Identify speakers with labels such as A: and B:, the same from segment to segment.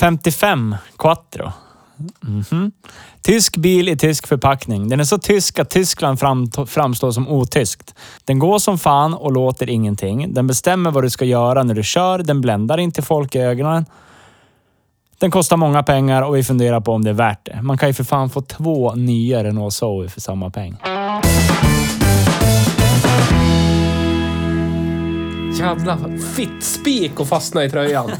A: 55 Quattro. Mhm. Tysk bil i tysk förpackning. Den är så tysk att Tyskland framt- framstår som otyskt. Den går som fan och låter ingenting. Den bestämmer vad du ska göra när du kör. Den bländar inte folk i ögonen. Den kostar många pengar och vi funderar på om det är värt det. Man kan ju för fan få två nya Renault Zoe för samma peng.
B: Jävla fittspik och fastna i tröjan.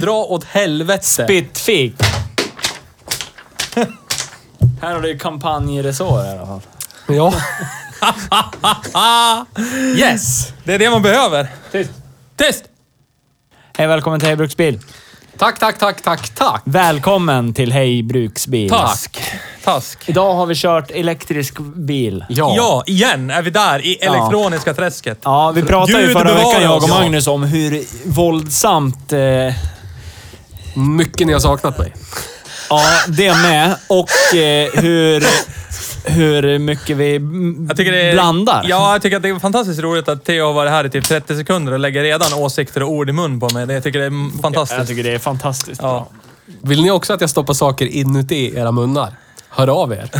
B: Dra åt helvete.
A: Spyttfik! Här har du ju kampanjresår i alla fall.
B: Ja.
C: Yes! Det är det man behöver.
A: Tyst!
C: Tyst!
A: Hej välkommen till Hej Bruksbil.
B: Tack, tack, tack, tack, tack.
A: Välkommen till Hej Bruksbil.
C: Task. Task.
A: Idag har vi kört elektrisk bil.
C: Ja. igen är vi där i elektroniska träsket.
A: Ja, vi pratade ju
C: Gud
A: förra
C: bevara
A: veckan, jag och
C: oss.
A: Magnus, om hur våldsamt... Eh,
B: Mycket ni har saknat mig.
A: ja, det med. Och eh, hur, hur mycket vi
C: Jag tycker det är,
A: blandar.
C: Ja, jag tycker att det är fantastiskt roligt att Theo har varit här i typ 30 sekunder och lägger redan åsikter och ord i mun på mig. Det- Jag tycker det är
A: Jag
C: fantastiskt.
A: tycker det är fantastiskt
C: Ja.
A: bra.
B: Vill ni också att jag stoppar saker inuti era munnar? Hör av er.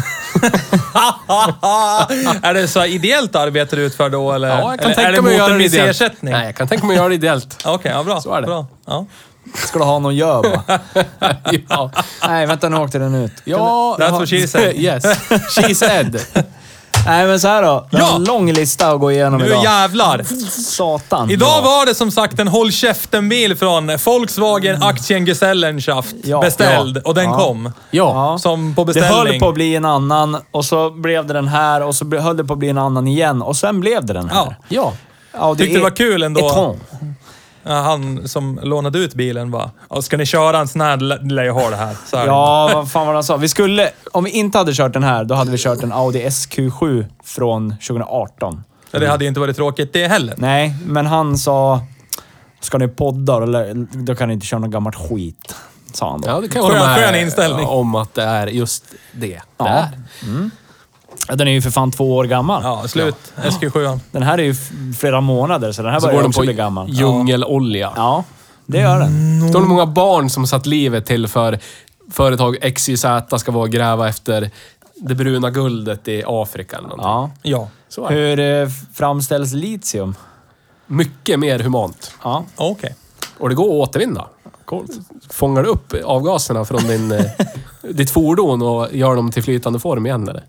C: är det så här ideellt arbete du utför då eller?
B: Ja, jag kan
C: eller är
B: tänka
C: det
B: mig att
C: mot en
B: göra det
C: viss
B: ideellt.
C: ersättning?
B: Nej, jag kan tänka mig att göra det ideellt.
C: Okej, ja, bra.
B: Så är det.
C: Bra. Ja.
A: Ska du ha någon gör va?
B: Ja.
A: Nej, vänta nu åkte den ut.
B: ja
C: That's what she said.
B: Yes. She said.
A: Nej, men så här då. Vi har
C: Ja!
A: en lång lista att gå igenom
C: Nu
A: idag.
C: jävlar!
A: Satan.
C: Idag
A: Ja.
C: var det som sagt en håll käften-bil från Volkswagen Aktiengesellenschaft
A: Ja.
C: beställd och den
A: Ja.
C: kom.
B: Ja.
C: Som på
A: Det
C: beställning.
A: höll på att bli en annan och så blev det den här och så ble- höll det på att bli en annan igen och sen blev det den här.
C: Ja.
B: Ja.
A: Ja,
C: Tyckte det var kul ändå.
A: Etron.
C: Ja, Han som lånade ut bilen bara, "Ja, ska ni köra en sån här? Lär jag ha det här. Så här.
A: Ja, vad fan var det han sa? Vi skulle, om vi inte hade kört den här, då hade vi kört en Audi SQ7 från 2018.
C: Ja, Det hade ju inte varit tråkigt det heller.
A: Nej, men han sa... Ska ni podda eller då kan ni inte köra något gammalt skit. Sa han då.
B: ja, det kan jag hålla
C: Skön-
B: med
C: skön inställning.
B: om att det är just det.
A: Ja. Mm.
B: Det är.
A: Ja. Den är ju för fan två år gammal.
C: Ja, slut. SQ7.
A: Den här är ju f- flera månader, så den här
B: Så
A: börjar
B: går den
A: också
B: på
A: bli gammal.
B: djungelolja.
A: Ja, det gör
C: Mm.
A: den.
B: Förstår du hur många barn som satt livet till för företag XYZ ska vara och gräva efter det bruna guldet i Afrika eller någonting.
A: Ja.
C: Ja.
B: Så är det.
A: Hur eh, framställs litium?
B: Mycket mer humant.
A: Ja.
C: Okej.
B: Och det går att återvinna. Coolt. Fångar du upp avgaserna från din, eh, ditt fordon och gör dem till flytande form igen eller?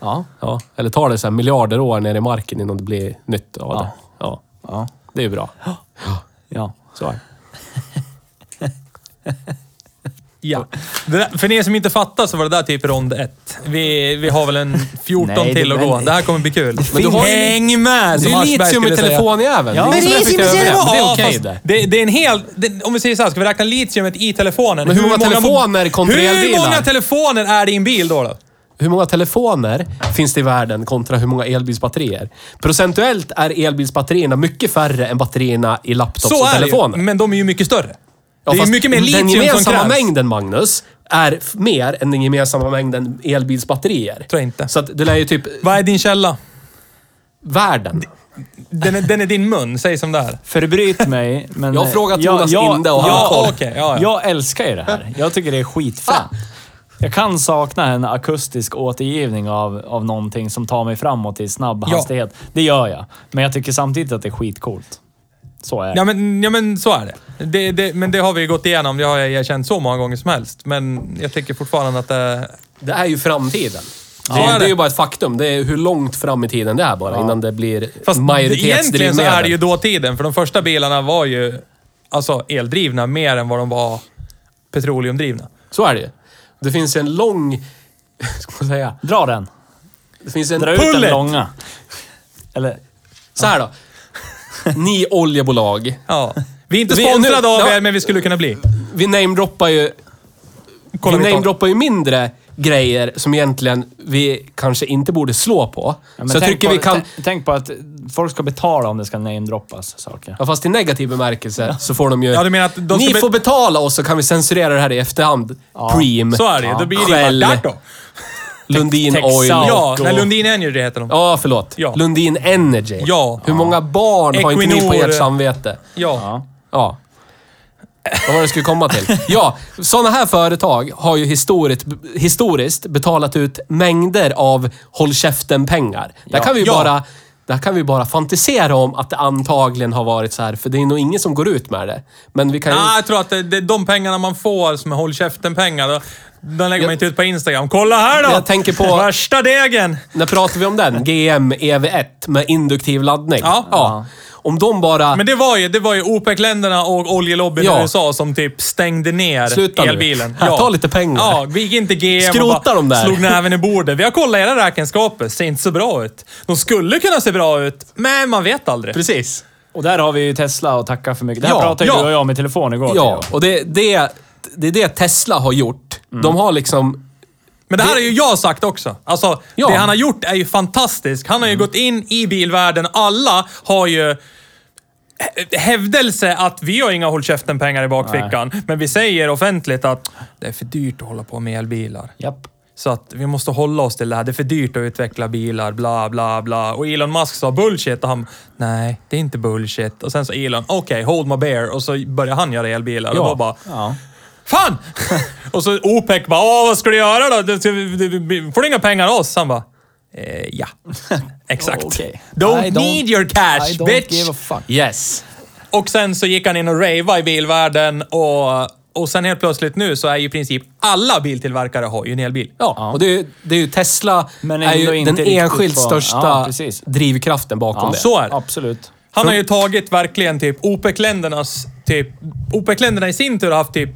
A: Ja.
B: Ja. Eller tar det så här miljarder år ner i marken innan det blir nytt av det? Ja.
A: Ja.
B: Det är ju bra.
A: ja.
B: Så är det.
C: Ja. Det där, för er som inte fattar så var det där typ rond ett. Vi, vi har väl en 14
A: Nej, det-
C: till att gå.
A: men-
C: Det här kommer bli kul.
A: Men du har ju-
C: Häng med!
B: Det
C: som
B: är ju
C: Aschberg
B: litium i
C: Alltså, skulle säga.
B: telefonjäveln.
A: Ja.
B: Det är
A: Men
B: ju
A: det
B: så
A: är
B: där fick jag över det. Men det är okej det.
C: det. Det är en hel... Det, om vi säger så här, ska vi räkna litiumet i telefonen?
B: Men hur många telefoner kontra
C: Hur
B: elbilar?
C: många telefoner är det i en bil då? då?
B: Hur många telefoner finns det i världen kontra hur många elbilsbatterier? Procentuellt är elbilsbatterierna mycket färre än batterierna i laptops
C: Så
B: och
C: är det ju,
B: telefoner.
C: men de är ju mycket större.
B: Ja,
C: det är
B: fast
C: ju mycket mer
B: Den
C: litium som
B: gemensamma
C: krävs.
B: mängden, Magnus, är f- mer än den gemensamma mängden elbilsbatterier.
C: Tror jag inte.
B: Så att det lär ju typ
C: Vad är din källa?
B: världen.
C: Den är, den är din mun, säg som det är.
A: Förbryt mig, men... eh,
B: Jag har frågat Jonas Inde och han har
A: ja,
C: koll.
A: okej, ja, ja. Jag älskar ju det här. Jag tycker det är
B: Ah.
A: skitfränt. Jag kan sakna en akustisk återgivning av, av någonting som tar mig framåt i snabb
C: Ja.
A: hastighet. Det gör jag. Men jag tycker samtidigt att det är skitcoolt. Så är det.
C: Ja men, ja, men så är det. Det, det. Men det har vi gått igenom. Det har jag erkänt så många gånger som helst. Men jag tycker fortfarande att det...
B: Det är ju framtiden.
C: Så
B: det,
C: är
B: är det är ju
C: det.
B: bara ett faktum. Det är hur långt fram i tiden det är bara innan det blir
C: Fast egentligen så är det ju
B: majoritetsdrivmedel.
C: dåtiden, för de första bilarna var ju alltså, eldrivna mer än vad de var petroleumdrivna.
B: Så är det ju. Det finns en lång... Ska man säga?
A: Dra den.
B: Det finns en...
A: Dra ut
C: Pullet!
A: den långa. Eller...
B: Så här då. Ni oljebolag.
C: Ja. Vi är inte
B: Vi-
C: sponsrade
B: nu-
C: av
B: ja.
C: er, men vi skulle kunna bli.
B: Vi namedroppar ju...
C: Kolla
B: vi
C: mitt tag.
B: namedroppar ju mindre grejer som egentligen vi kanske inte borde slå på.
A: Ja, men
B: så jag
A: tänk
B: tycker
A: på,
B: vi kan...
A: tänk- Tänk på att folk ska betala om det ska namedroppas saker.
B: Ja, fast i negativ bemärkelse så får de ju...
C: Ja, du menar att de
B: ni
C: ska be-
B: får betala oss så kan vi censurera det här i efterhand. Preem.
C: Så är det ju. Då blir det ju
B: Shell,
C: bara där då.
B: Lundin
A: Texaco.
B: Oil.
C: Ja, när Lundin Energy heter de.
B: Ja, förlåt.
C: Ja.
B: Lundin Energy.
C: Ja.
B: Hur många barn har inte ni på
C: Equinor.
B: ert samvete?
C: Ja.
A: Ja.
B: Ja. Vad var det jag skulle komma till? Ja, sådana här företag har ju historiskt, historiskt betalat ut mängder av håll käften-pengar. Där, kan vi ju
C: Ja.
B: bara, där kan vi bara fantisera om att det antagligen har varit så här, för det är nog ingen som går ut med det. Men vi kan ju...
C: Nej, jag tror att det, det är de pengarna man får som är håll käften-pengar. då- De lägger man inte ut på Instagram. Kolla här då!
B: Jag tänker på-
C: Värsta degen!
B: När pratar vi om den? GM EV1 med induktiv laddning.
C: Ja.
B: Om de bara...
C: Men det var ju, det var ju OPEC-länderna och oljelobbyn
B: Ja.
C: i USA som typ stängde ner
B: Sluta nu.
C: elbilen.
B: Ta lite pengar.
C: Ja, vi gick inte GM
B: Skrota
C: och bara
B: dem där.
C: slog näven i bordet. Vi har kollat era räkenskaper, ser inte så bra ut. De skulle kunna se bra ut, men man vet aldrig.
B: Precis.
A: Och där har vi ju Tesla och tacka för mycket. Det här
B: Ja,
A: pratade
C: ja.
A: ju du och jag om i telefon igår.
B: Ja,
A: Theo.
B: och det, det, det är det Tesla har gjort.
C: Mm.
B: De har liksom...
C: Men det här har ju jag sagt också. Alltså,
B: Ja. Mm.
C: det han har gjort är ju fantastiskt. Han har ju gått in i bilvärlden. Alla har ju hä- hävdelse att vi har inga håll käften-pengar i bakfickan. Men vi säger offentligt att det är för dyrt att hålla på med elbilar.
A: Japp.
C: Så att vi måste hålla oss till det här. Det är för dyrt att utveckla bilar, bla, bla, bla. Och Elon Musk sa bullshit och han, nej, det är inte bullshit. Och sen sa Elon, okej, hold my bear. Och så började han göra elbilar. Och
B: Ja.
C: då bara,
A: Ja.
C: Fan! och så OPEC bara, "Åh, vad ska du göra då? Du, du, du, du, får du inga pengar av oss? Han bara, eh, ja. Exakt.
A: Okej.
C: Don't,
A: I don't-
C: need your cash,
A: I don't
C: bitch!
A: give a fuck.
B: Yes.
C: Och sen så gick han in och ravade i bilvärlden och, och sen helt plötsligt nu så är ju i princip alla biltillverkare har ju en elbil.
B: Ja, och det är, ju- det är ju Tesla
A: Men
B: är
A: ändå
B: ju
A: inte
B: den
A: riktigt
B: enskilt
A: på-
B: största
A: Ja, precis.
B: drivkraften bakom
A: Ja,
B: det.
C: Så är det.
A: Absolut.
C: Han har ju tagit verkligen typ OPEC-ländernas... Typ, OPEC-länderna i sin tur har haft typ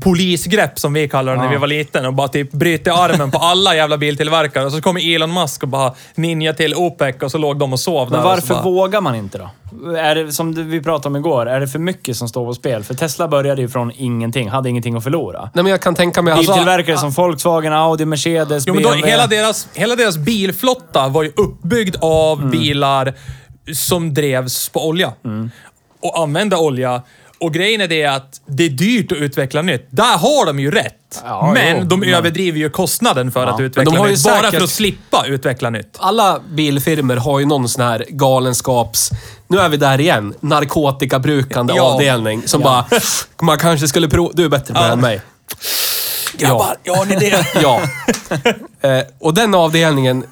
C: polisgrepp som vi kallar det när vi var liten och bara typ bryter armen på alla jävla biltillverkare. Och så kommer Elon Musk och bara ninja till OPEC och så låg de och sov
A: Men
C: där. och
A: varför
C: så bara,
A: vågar man inte då? Är det, som det- vi pratade om igår, är det för mycket som står på spel? För Tesla började ju från ingenting, hade ingenting att förlora.
B: Nej, men jag kan tänka mig... Alltså,
A: Biltillverkare som Volkswagen, Audi, Mercedes,
C: Jo, men då,
A: BMW.
C: hela, deras, hela deras bilflotta var ju uppbyggd av
B: Mm.
C: bilar som drevs på olja. Och använde olja. Och grejen är det att det är dyrt att utveckla nytt. Där har de ju rätt.
A: Ja,
C: men
A: jo,
C: de överdriver ju kostnaden för att utveckla
B: Men de har ju
C: nytt. Bara
B: säkert-
C: för att slippa utveckla nytt.
B: Alltså, alla bilfirmer har ju någon sån här galenskaps... Nu är vi där igen. Narkotikabrukande
C: Ja.
B: avdelning som bara... Man kanske skulle prova... Du är bättre på det än mig.
C: Grabbar, ja. har ni det?
B: Ja. Eh, och den avdelningen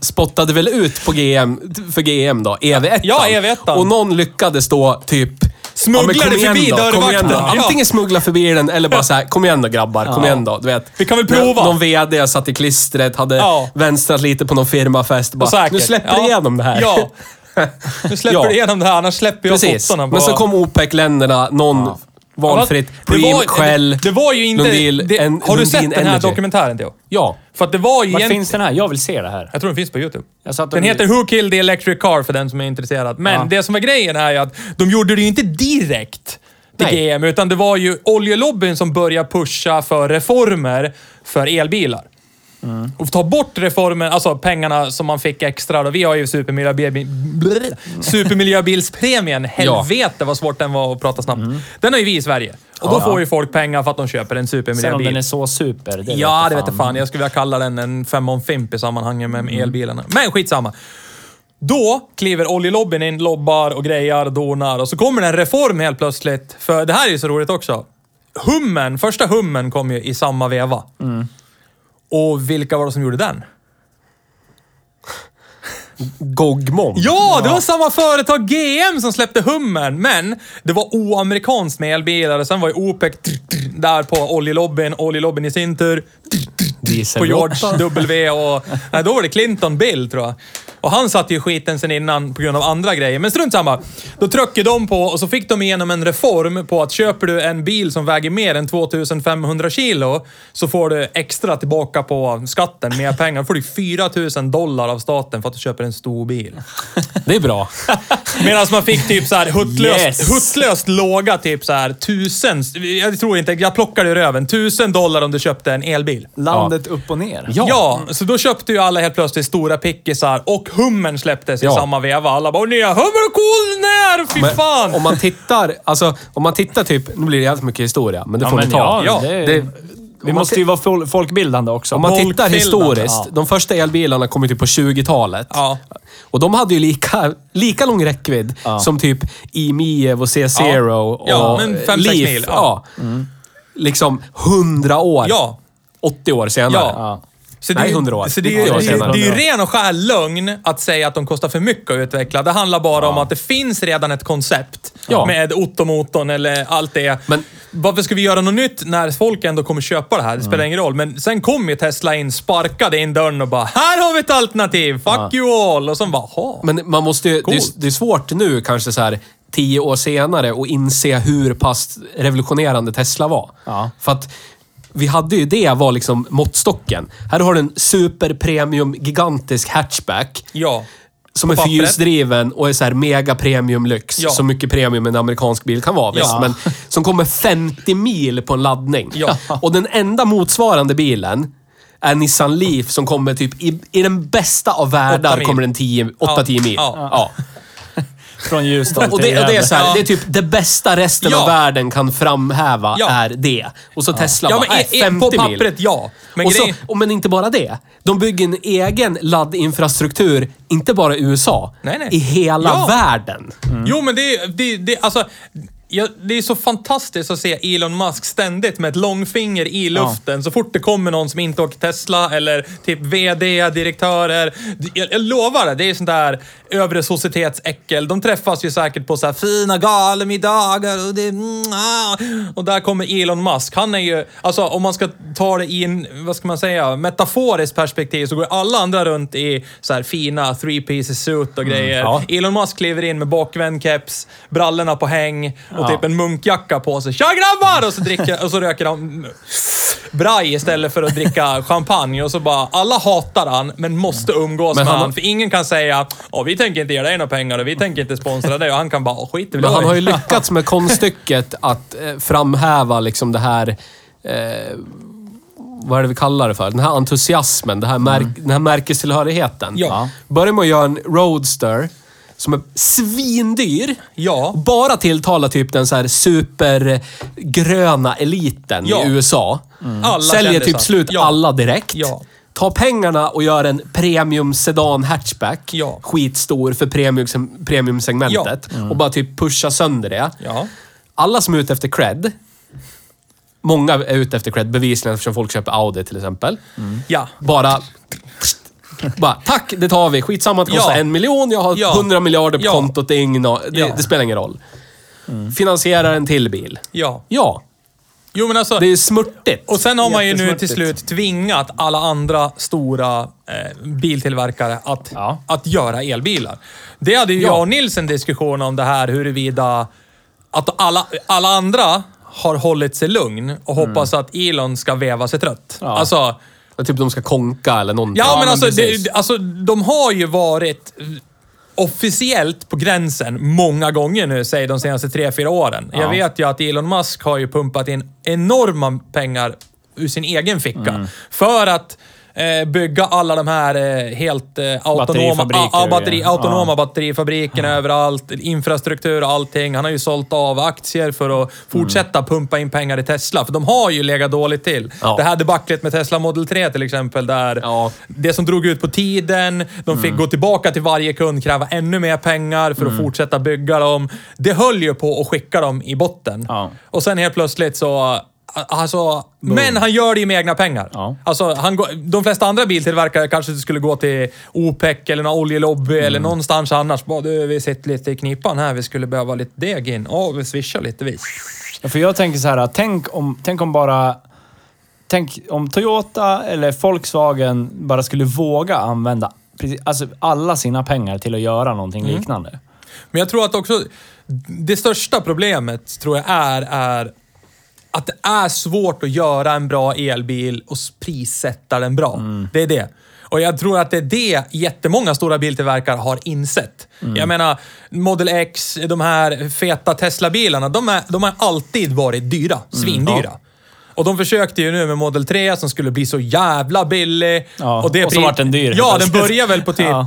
B: spottade väl ut på GM, för GM då, EV1.
C: Ja, E EV1.
B: Och någon lyckades då typ...
C: Smugglade
B: men kom igen
C: förbi
B: då, kom
C: dörrvakten.
B: igen då.
C: Ja.
B: Antingen smuggla förbi den eller bara så här, kom igen då grabbar, kom igen då. Du vet.
C: Vi kan väl prova.
B: Någon VD satt i klistret, hade
C: Ja.
B: vänstrat lite på någon firmafest. Bara,
C: Säkert.
B: nu släpper
C: Ja.
B: du igenom det här.
C: Ja. Nu släpper
B: Ja.
C: du igenom det här, annars släpper jag
B: Precis.
C: fotona på...
B: Men så kom OPEC-länderna, någon valfritt.
C: Det
B: Preem,
C: var-
B: Shell,
C: Det, det var ju inte...
B: Lundin,
C: det,
B: en,
C: har du sett
B: Lundin
C: den här
B: Energy.
C: dokumentären, Theo?
B: Ja.
C: För att det var ju
A: Var
C: egentligen...
A: finns den här? Jag vill se det här.
C: Jag tror den finns på YouTube.
A: Jag satt och-
C: Den heter Who Killed the Electric Car för den som är intresserad. Men
A: Ja.
C: det som var grejen är ju att de gjorde det ju inte direkt till
B: Nej.
C: GM, utan det var ju oljelobbyn som började pusha för reformer för elbilar.
A: Mm.
C: Och ta bort reformen, alltså pengarna som man fick extra. Då. Vi har ju supermiljöbil, blr, supermiljöbilspremien. Helvete vad svårt den var att prata snabbt.
A: Mm.
C: Den har ju vi i Sverige. Och då får ju folk pengar för att de köper en
A: Sen om
C: supermiljöbil.
A: den är så super, det
C: Ja, det
A: jag
C: vet jag fan. Mm. Jag skulle vilja kalla den en femma om fimp i sammanhanget med elbilarna. Men skitsamma. Då kliver oljelobbyn in, lobbar och grejar och donar och så kommer det en reform helt plötsligt. För det här är ju så roligt också. Hummen, första hummen kom ju i samma veva. Och vilka var det som gjorde den?
B: Gogmom.
C: Ja, det var samma företag GM som släppte Hummern, men det var oamerikanskt med elbilar och sen var ju OPEC tr- tr- där på oljelobbyn, oljelobbyn i sin tur. tr- tr- på
A: dieselråtta.
C: George W och... Nej, då var det Clinton Bill, tror jag. Och han satte ju skiten sen innan på grund av andra grejer, men strunt samma. Då tryckte de på och så fick de igenom en reform på att köper du en bil som väger mer än 2500 kilo så får du extra tillbaka på skatten, mer pengar. Då får du 4000 dollar av staten för att du köper en stor bil.
B: Det är bra.
C: Medan man fick typ så här huttlöst,
A: Yes.
C: huttlöst låga, typ så här tusen... Jag tror inte, jag plockade ur röven. Tusen dollar om du köpte en elbil.
A: Landet upp och ner.
C: Ja. så då köpte ju alla helt plötsligt stora pickisar och hummern släpptes
B: Ja.
C: i samma veva. Alla bara "Åh, nya hummer och cool när! Fy
B: Men
C: fan!
B: Om man tittar, alltså om man tittar typ, nu blir det jävligt mycket historia, men det
A: Ja,
B: får
A: men
B: ni ta.
A: ja,
C: Ja,
A: det,
B: Det-
A: vi
B: om man
A: måste ju vara fol- folkbildande också.
B: Om man tittar
C: Folkbildande,
B: historiskt,
A: ja.
B: de första elbilarna kom ju typ på 20-talet.
C: Ja.
B: Och de hade ju lika, lika lång räckvidd
A: Ja.
B: som typ i-Miev och C0 och
C: Ja, men fem, sex
B: Leaf.
C: mil,
B: Ja.
C: ja. Mm.
B: Liksom 100 år.
C: Ja.
B: 80 år senare.
C: Ja.
A: Ja.
C: Så
B: Nej,
C: det, är ju-
B: 100 år.
C: Så det, är ju-
B: 90 år
C: det,
B: senare.
C: är- det är ju ren och skär lögn att säga att de kostar för mycket att utveckla. Det handlar bara om att det finns redan ett koncept
B: Ja.
C: med Otto-motorn eller allt det.
B: Men-
C: Varför ska vi göra något nytt när folk ändå kommer köpa det här? Det spelar ingen roll. Men sen kom ju Tesla in, sparkade in dörren och bara “Här har vi ett alternativ! Fuck you all!” och sen bara “Ha!”
B: Men man måste ju, det, är,
C: Coolt.
B: det är svårt nu, kanske så här tio år senare, att inse hur pass revolutionerande Tesla var.
A: Ja.
B: För att vi hade ju det var liksom måttstocken. Här har du en superpremium, gigantisk hatchback.
C: Ja.
B: Som
C: På
B: är
C: pappret.
B: fyrhjulsdriven och är så här mega premium lyx.
C: Ja.
B: Så mycket premium en amerikansk bil kan vara visst.
C: Ja.
B: Men som kommer 50 mil på en laddning.
C: Ja.
B: Och den enda motsvarande bilen är Nissan Leaf som kommer typ i, i den bästa av
C: Åtta
B: världar
C: mil.
B: kommer den 8-10
C: Ja.
B: mil.
C: Ja.
A: Från Ljusdal
B: Och, det, och det är så här, det är typ det bästa resten
C: Ja.
B: av världen kan framhäva
C: Ja.
B: är det. Och så Tesla
C: Ja,
B: bara,
C: men
B: nej,
C: e- e-
B: 50
C: på
B: mil.
C: pappret, ja. Men
B: och så,
C: grejen-
B: och men inte bara det. De bygger en egen laddinfrastruktur, inte bara i USA.
C: Nej, nej.
B: I hela
C: Ja.
B: världen.
C: Jo, men det, är- det, det, alltså, ja, det är så fantastiskt att se Elon Musk ständigt med ett långfinger i luften så fort det kommer någon som inte åker Tesla eller typ VD, direktörer. Jag, jag lovar det, det är sånt där övre societetsäckel. De träffas ju säkert på så här fina galmiddagar och det... Mm, ah. Och där kommer Elon Musk. Han är ju... Alltså om man ska ta det i en, vad ska man säga, metaforiskt perspektiv så går alla andra runt i så här fina three pieces suit
B: Mm,
C: och grejer.
A: ja.
C: Elon Musk kliver in med bakvänd keps, brallorna på häng och
A: Ja.
C: typ en munkjacka på sig. Tja grabbar! Och så, dricker, och så röker han braj istället för att dricka champagne. Och så bara, alla hatar han, men måste umgås
B: Men
C: med
B: han-
C: han, För ingen kan säga, ja vi tänker inte ge dig några pengar och vi tänker inte sponsra dig. Och han kan bara, "Åh, skit i
B: Men han har ju
C: det."
B: lyckats med konststycket att eh, framhäva liksom det här... Eh, vad är det vi kallar det för? Den här entusiasmen, det här märk, den här märkestillhörigheten.
C: Mm. Ja.
B: Börjar med att göra en Roadster som är svindyr.
C: Ja.
B: Bara tilltalar typ den så här supergröna eliten
C: Ja. Mm.
B: i USA.
C: Alla
B: Säljer
C: kändisar.
B: typ slut
C: Ja.
B: alla direkt.
C: Ja.
B: Ta pengarna och gör en premium sedan hatchback.
C: Ja.
B: Skitstor för premium, premiumsegmentet. Och bara typ pusha sönder det.
C: Ja.
B: Alla som är ute efter cred. Många är ute efter cred, bevisligen eftersom folk köper Audi till exempel.
C: Ja.
B: Bara... Bara, tack, det tar vi. Skitsamma att det kostar
C: Ja.
B: en miljon. Jag har
C: Ja.
B: 100 miljarder på
C: Ja.
B: kontot. Det, är ingen, a- det,
C: Ja.
B: det spelar ingen roll. Finansiera en till bil.
C: Ja.
B: Ja,
C: Jo men alltså...
B: det är ju smörtigt.
C: Och sen har man ju nu till
A: Jättesmörtigt.
C: slut tvingat alla andra stora eh, biltillverkare att,
A: Ja.
C: att göra elbilar. Det hade ju
B: Ja.
C: jag och Nils en diskussion om det här huruvida att alla, alla andra har hållit sig lugn och
B: Mm.
C: hoppas att Elon ska veva sig trött.
A: Ja.
C: Alltså,
B: Ja, Typ de ska konka eller någonting.
C: Ja, men alltså,
A: precis.
C: det, alltså, de har ju varit eh, officiellt på gränsen många gånger nu, säg de senaste tre, fyra åren.
A: Ja.
C: Jag vet ju att Elon Musk har ju pumpat in enorma pengar ur sin egen ficka
A: Mm.
C: för att eh, bygga alla de här eh, helt eh, autonoma,
A: Batterifabriker
C: ah, ah,
A: och
C: batteri,
A: grejer.
C: autonoma batterifabrikerna överallt, infrastruktur och allting. Han har ju sålt av aktier
B: Mm.
C: för att fortsätta pumpa in pengar i Tesla, för de har ju legat dåligt till.
B: Ja.
C: Det här debaclet med Tesla Model 3 till exempel, där
B: Ja. Mm.
C: det som drog ut på tiden, de fick gå tillbaka till varje kund, kräva ännu mer pengar för att fortsätta bygga dem. Det höll ju på att skicka dem i botten.
A: Ja.
C: Och sen helt plötsligt så... Alltså, men han gör det ju med egna pengar.
A: Ja.
C: Alltså, han går, de flesta andra biltillverkare kanske skulle gå till OPEC eller någon oljelobby eller någonstans annars. Bara, du, vi sitter lite i knipan här. Vi skulle behöva lite deg in. Ja, vi swishar lite vi.
A: För jag tänker så här, tänk om, tänk om bara Tänk om Toyota eller Volkswagen bara skulle våga använda precis, alltså alla sina pengar till att göra någonting liknande.
C: Men jag tror att också, det största problemet tror jag är, är att det är svårt att göra en bra elbil och s- prissätta den bra.
A: Mm.
C: Det är det. Och jag tror att det är det jättemånga stora biltillverkare har insett.
A: Mm.
C: Jag menar, Model X, de här feta Tesla-bilarna, de, är, de har alltid varit dyra.
A: Mm,
C: Svindyra. Och de försökte ju nu med Model 3 som skulle bli så jävla billig.
A: Ja,
C: det
A: och så
C: pri-
A: vart den dyr.
C: Ja, den börjar väl på typ...
A: Ja.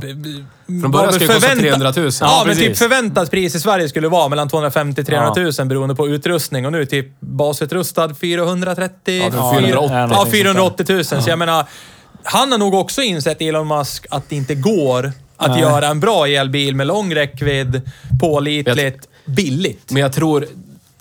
C: Från
B: början skulle det kosta 300 000.
C: Ja,
A: Ja,
C: men typ
A: precis.
C: förväntat pris i Sverige skulle vara mellan 250 300 000 beroende på utrustning och nu är typ basutrustad 430...
B: Ja, det
C: Ja,
B: är 480.
C: Ja, 480 000. Så jag menar, han har nog också insett, Elon Musk, att det inte går att
A: Nej.
C: göra en bra elbil med lång räckvidd, pålitligt, billigt.
B: Men jag tror...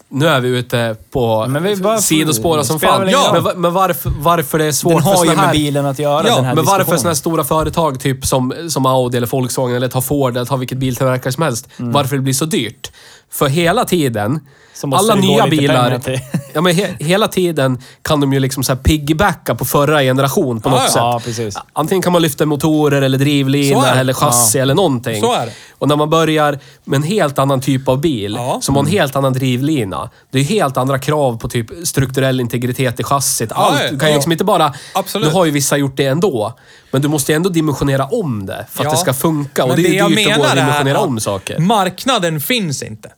B: Nu är vi ute på
A: Men vi bara-
B: sidospår som
A: spelar
B: fan.
A: väl ingen
C: roll.
B: Men, va- men varför, varför det är svårt
A: Den
B: för
A: har ju
B: såna
A: med
B: här...
A: bilen att göra,
C: Ja,
A: den här
B: men varför sådana här
A: diskussionen.
B: stora företag typ som, som Audi eller Volkswagen eller ta Ford eller ta vilket biltillverkare som helst.
C: Mm.
B: Varför det blir så dyrt? För hela tiden,
A: Så måste
B: alla
A: det gå
B: nya
A: lite pengar
B: bilar,
A: till.
B: ja, men he, hela tiden kan de ju liksom så här piggybacka på förra generation på något
C: ja.
B: sätt.
A: Ja, precis.
B: Antingen kan man lyfta motorer eller
C: Så är
B: drivlinor
C: det.
B: eller chassi eller någonting.
C: Så är det.
B: Och när man börjar med en helt annan typ av bil,
C: Ja. Mm.
B: som har en helt annan drivlina. Det är helt andra krav på typ strukturell integritet i chassit. Allt.
C: ja,
B: Du kan ju
C: ja.
B: liksom inte bara...
C: Absolut.
B: Nu har ju vissa gjort det ändå. Men du måste ju ändå dimensionera om det för att
C: Ja.
B: det ska funka. Och
C: Men
B: det är
C: jag
B: ju dyrt att gå
C: menar
B: och
C: är
B: dimensionera
C: att Mm.
B: om saker.
C: Marknaden finns inte.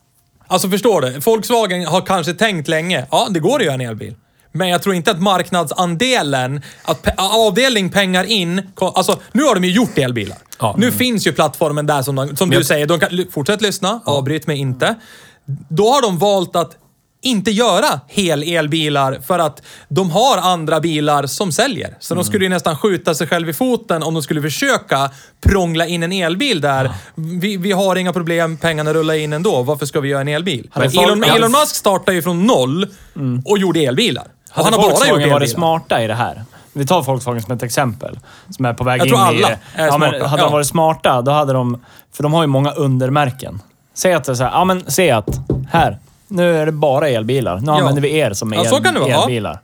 C: Alltså förstår du? Volkswagen har kanske tänkt länge, ja det går att göra en elbil. Men jag tror inte att marknadsandelen, att pe- avdelning pengar in, ko- alltså nu har de ju gjort elbilar.
B: Ja.
C: Nu finns ju plattformen där som, de, som
B: Men
C: du
B: jag-
C: säger, de kan, l- fortsätt lyssna, avbryt mig inte. Då har de valt att inte göra hel elbilar för att de har andra bilar som säljer. Så de skulle
B: Mm.
C: ju nästan skjuta sig själv i foten om de skulle försöka prångla in en elbil där. Vi, vi har inga problem, pengarna rullar in ändå. Varför ska vi göra en elbil?
A: Hade
C: Men
A: folk-
C: Elon,
A: hade-
C: Elon Musk startade ju från noll
B: Mm.
C: och gjorde elbilar. Och han
A: Hade
C: har bara gjort
A: Volkswagen varit
C: elbilar.
A: smarta i det här? Vi tar Volkswagen som ett exempel. Som är på väg
C: Jag
A: in
C: tror
A: i
C: alla
A: det.
C: är
A: ja, men
C: smarta.
A: Hade
C: Ja.
A: de varit smarta, då hade de... För de har ju många undermärken. Säg att det är så här, ja men se att här, nu är det bara elbilar. Nu använder vi er som el,
C: Ja, så kan det vara.
A: elbilar.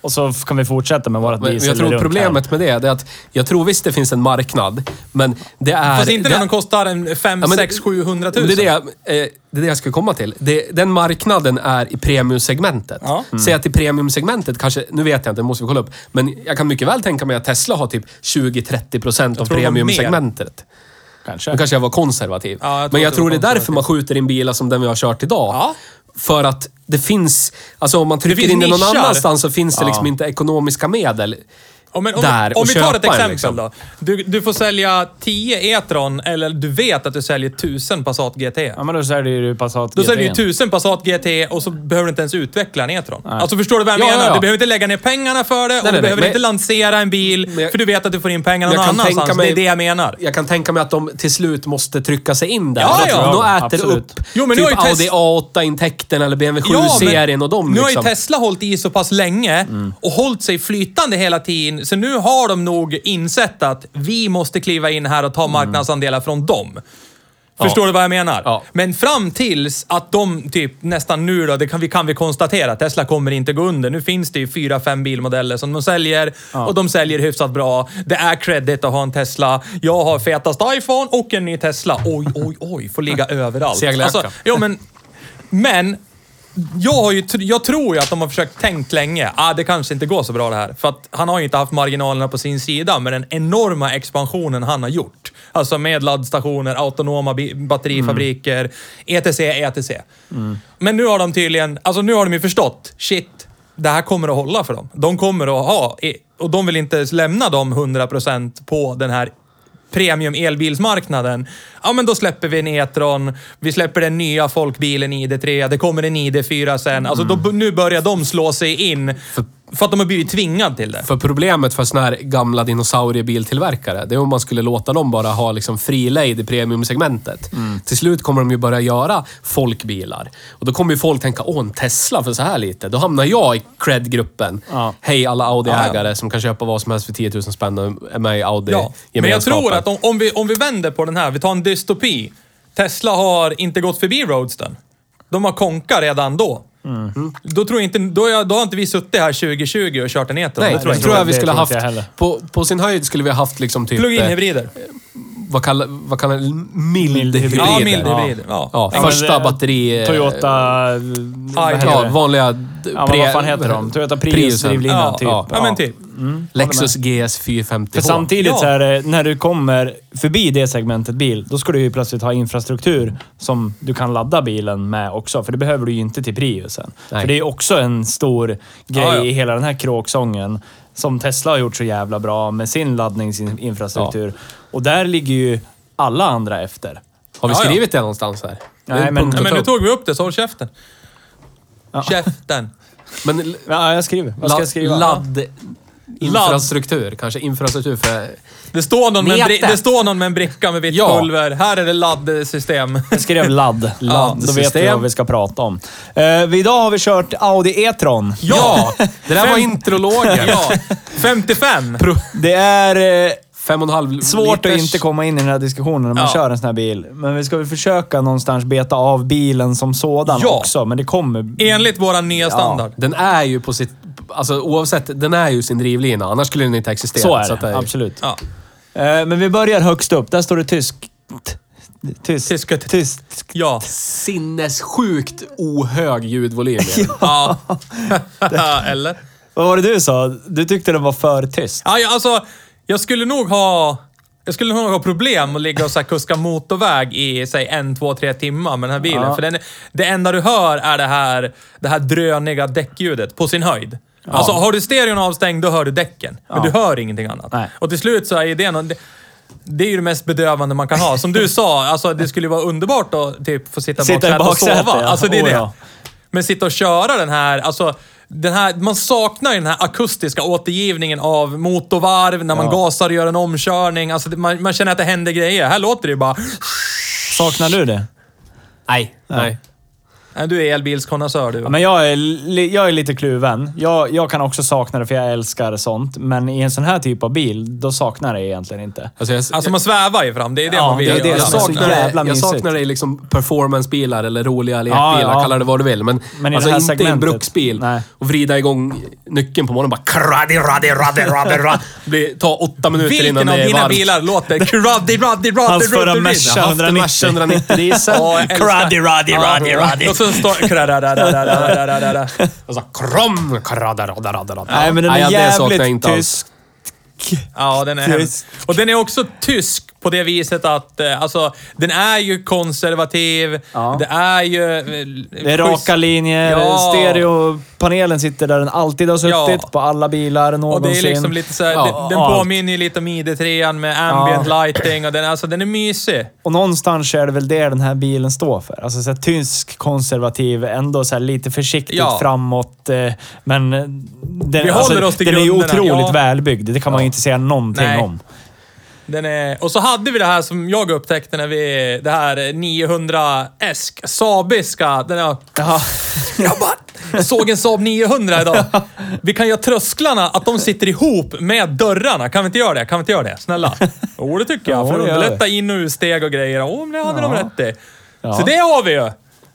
A: Och så f- kan vi fortsätta med vårt
B: Men
A: diesel
B: jag tror
A: runt
B: problemet med det är att jag tror visst det finns en marknad, men det är...
C: Fast inte
B: det-
C: när de kostar en 5,
B: Ja, men-
C: 6, 700
B: Men
C: 000.
B: Det är det, jag- eh, det är det jag ska komma till. Det, den marknaden är i premiumsegmentet. Mm.
C: Ja.
B: Säg att i premiumsegmentet kanske, nu vet jag inte, det måste vi kolla upp. Men jag kan mycket väl tänka mig att Tesla har typ 20-30 procent av
C: tror de har mer.
B: premiumsegmentet.
A: här.
B: Nu
A: Kanske.
B: kanske jag var konservativ.
C: Ja, jag tror
B: men jag
C: att du
B: tror
C: var
B: det är därför
C: konservativ.
B: man skjuter in bilar som den vi har kört idag.
C: Ja.
B: För att det finns... Alltså om man trycker
C: finns
B: in det någon
C: nischar.
B: annanstans så finns det
A: Ja.
B: liksom inte ekonomiska medel.
C: Om, en, om,
B: där
C: om
B: och
C: vi tar
B: köpa
C: ett
B: en,
C: exempel
B: liksom.
C: då. Du, du får sälja 10 E-tron eller du vet att du säljer 1000 Passat GT.
A: Ja, men då säljer du Passat E.
C: Då säljer du
A: GT.
C: 1000 Passat GT och så behöver du inte ens utveckla en E-tron. Alltså förstår du vad jag
B: Ja,
C: menar?
B: ja, ja.
C: Du behöver inte lägga ner pengarna för det och
B: nej,
C: du
B: nej.
C: behöver
B: Men-
C: inte lansera en bil
B: Men jag-
C: för du vet att du får in pengarna
B: Jag
C: någon
B: kan tänka
C: annanstans.
B: mig-
C: Det är det jag menar.
B: Jag kan tänka mig att de till slut måste trycka sig in där.
C: Ja,
B: För att
C: ja.
B: de äter
A: Absolut.
B: upp
C: Jo, men nu
B: typ
C: har ju
B: Audi
C: Tes-
B: A8-intäkten eller BMW 7-serien och de
C: nu har ju
B: liksom.
C: Tesla hållit i så pass länge och hållit sig flytande hela tiden, så nu har de nog insett att vi måste kliva in här och ta
B: Mm.
C: marknadsandelar från dem. Förstår du vad jag menar?
B: Ja.
C: Men fram tills att de typ nästan nu då, det kan vi, kan vi konstatera, Tesla kommer inte gå under. Nu finns det ju fyra, fem bilmodeller som de säljer och de säljer hyfsat bra. Det är credit att ha en Tesla. Jag har fetast iPhone och en ny Tesla. Oj, oj, oj. Får ligga överallt. Alltså,
B: Segeljacka.
C: jo, men, men jag, har ju, tr- jag tror ju att de har försökt tänkt länge. Ah, det kanske inte går så bra det här. För att han har ju inte haft marginalerna på sin sida med den enorma expansionen han har gjort. Alltså med laddstationer, autonoma bi- batterifabriker, etc, etc. Men nu har de tydligen, alltså nu har de ju förstått, shit, det här kommer att hålla för dem. De kommer att ha, e- och de vill inte ens lämna dem 100% på den här premium elbilsmarknaden. Ja, men då släpper vi en E-tron, vi släpper den nya folkbilen ID3, det kommer en ID4 sen. Alltså,
B: Mm.
C: då, nu börjar de slå sig in för, att de har blivit tvingade till det.
B: För problemet för såna här gamla dinosauriebiltillverkare, det är om man skulle låta dem bara ha liksom fri lejd i premiumsegmentet. Till slut kommer de ju börja göra folkbilar. Och då kommer ju folk tänka, åh en Tesla för så här lite. Då hamnar jag i cred-gruppen.
A: Ja.
B: Hej alla Audi-ägare som kan köpa vad som helst för 10 000 spänn och är med i
C: Ja.
B: Audi-gemenskapen.
C: Men jag tror att om, om, vi, om vi vänder på den här, vi tar en dystopi. Tesla har inte gått förbi roadstern. De har konka redan då.
B: Mm.
C: Då tror jag inte... Då, har jag, då har inte vi suttit här 2020 och kört en Eton.
B: Nej,
C: det tror jag inte.
B: tror jag vi
A: Det
B: skulle
A: tror
B: ha
A: inte jag heller.
B: haft... På, på sin höjd skulle vi ha haft liksom typ... eh,
C: Plug-in-hybrider.
B: Vad kallar, vad kallar Mild
A: Mildhybrider.
B: hybrider.
C: Ja, mild-hybrider. Ja.
B: Ja,
A: Ja, men
B: första
A: det är
B: batteri...
A: Toyota... vad heter
B: Ja,
A: det?
B: vanliga...
A: Ja, men vad fan heter de? Toyota Prius
B: Priusen.
A: drivlina,
C: Ja,
A: typ.
C: ja. ja, men typ.
B: Lexus GS 450
A: För samtidigt
C: Ja.
A: så är det, när du kommer förbi det segmentet bil, då ska du ju plötsligt ha infrastruktur som du kan ladda bilen med också. För det behöver du ju inte till Priusen.
B: Nej.
A: För det är ju också en stor grej
C: Ja, ja.
A: i hela den här kråksången som Tesla har gjort så jävla bra med sin laddningsinfrastruktur. Och där ligger ju alla andra efter.
B: Har vi
C: Ja, ja.
B: skrivit det någonstans här? Det är
A: Nej,
B: en
A: men-
B: punkt
C: Ja,
B: att
C: men nu
B: ta upp.
C: tog vi upp det, så håll käften. Käften.
B: Men
A: Ja, jag skriver. Vad ska jag skriva?
B: Ladd... Infrastruktur, kanske. Infrastruktur för...
C: Det står, någon med en bri-
B: Nätet.
C: det står någon med en bricka med vitt
B: Ja.
C: pulver. Här är det laddsystem.
A: Jag skrev ladd. ladd. Då vet vi
B: Laddsystem.
A: vad vi ska prata om. Eh, vi idag har vi kört Audi E-tron.
C: Ja!
B: Det där var
C: Fem-
B: intrologen.
C: Ja, 55.
A: Det är... eh,
B: Fem och en halv
A: Svårt
B: liters.
A: att inte komma in i den här diskussionen när man
C: Ja.
A: kör en sån här bil. Men vi ska väl försöka någonstans beta av bilen som sådan
C: Ja.
A: också, men det kommer...
C: Enligt våra nya standard.
B: Den är ju på sitt... Alltså oavsett, den är ju sin drivlina. Annars skulle den inte existera.
A: Så är
B: Så att
A: det, absolut.
C: Ja.
A: Eh, Men vi börjar högst upp. Där står det tysk. Tysk.
C: Tyskt.
A: Tysk.
C: Ja.
B: Sinnessjukt ohög ljudvolym. igen.
C: ja. Eller?
A: Vad var det du sa? Du tyckte den var för tyst.
C: Ja, jag, alltså, jag skulle nog ha... Jag skulle nog ha problem att ligga och så här, kuska motorväg i säg en, två, tre timmar med den här bilen.
A: Ja.
C: För den, är- det enda du hör är det här, det här dröniga däckljudet på sin höjd. Alltså, har du stereon avstängd, då hör du däcken. Men du hör ingenting annat.
A: Nej.
C: Och till slut så är ju det någon, det, det är ju det mest bedövande man kan ha. Som du sa, alltså, det skulle ju vara underbart att typ, få sitta i
A: Sitta
C: baksätet
A: i
C: och sova.
A: baksätet, ja.
C: Alltså, det är
A: Oh,
C: det.
A: ja.
C: Men sitta och köra den här, alltså, den här, man saknar ju den här akustiska återgivningen av motorvarv, när man
A: Ja.
C: gasar och gör en omkörning. Alltså, det- man, man känner att det händer grejer. Här låter det ju bara...
A: Saknar du det?
B: Nej. Nej.
C: Nej, "Äh, Du är elbilskonnässör du.
A: Ja, men jag är, li- jag är lite kluven. Jag, jag kan också sakna det för jag älskar sånt. Men i en sån här typ av bil, då saknar jag det egentligen inte.
B: Alltså, jag,
C: Alltså man svävar ju fram, det är det
A: Ja,
C: man vill.
A: det är det
C: göra.
B: jag,
A: som är så
B: saknar,
A: jävla
B: jag
A: mysigt.
B: saknar det i liksom performancebilar eller roliga lekbilar,
A: Ja, ja.
B: kalla det vad du vill. Men,
A: Men i
B: alltså
A: det här
B: inte i en
A: segmentet.
B: bruksbil.
A: Nej.
B: Och vrida igång nyckeln på morgonen och bara kraddi, raddi, raddi, raddi, raddi. Blir- Ta åtta minuter innan
C: Vilken av
B: det är
C: dina
B: varmt.
C: bilar låter kruddy, ruddy, ruddy,
A: Hans förra
C: ruddy, ruddy?
A: Merca 190.
B: Haft en Merca 190 diesel.
C: Ja, jag älskar-
A: Cruddy, ruddy, ruddy,
C: Ja.
A: ruddy.
C: Och sen står... krudda, rudda, rudda, rudda, rudda, rudda.
B: Och så krom, kradda, radda, radda, radda.
A: Nej, men den är
B: det saknar jag
A: jävligt
B: inte
A: tysk.
B: alls.
C: Ja, den är hemsk. Och den är också tysk på det viset att eh, alltså, den är ju konservativ.
A: Ja.
C: Det är ju... eh,
A: Det är raka linjer,
C: Ja.
A: stereopanelen sitter där den alltid har suttit
C: Ja.
A: på alla bilar
C: Och
A: någonsin.
C: det är liksom lite så här,
B: Ja,
C: den, den
A: allt.
C: påminner ju lite om ID3 med ambient lighting och den, alltså, den är mysig.
A: Och någonstans är det väl det den här bilen står för. Alltså så här, tysk konservativ, ändå så här, lite försiktigt
C: Ja.
A: framåt. eh, Men eh, den,
C: Vi
A: alltså,
C: håller oss till
A: den är ju
C: grunderna,
A: otroligt
C: ja.
A: välbyggd. Det kan man ju inte säga någonting
C: Nej.
A: om.
C: Den är, och så hade vi det här som jag upptäckte när vi... Det här 900-esk, Saabiska. Den här,
A: Ja.
C: Jag bara, jag såg en Saab 900 idag. Vi kan göra trösklarna, att de sitter ihop med dörrarna. Kan vi inte göra det? Kan vi inte göra det? Snälla. Jo, det tycker jag.
A: Ja,
C: För att
A: det gör vi.
C: underlätta in och utsteg och grejer. Åh, men det hade de rätt i. Så
A: Ja.
C: det har vi ju.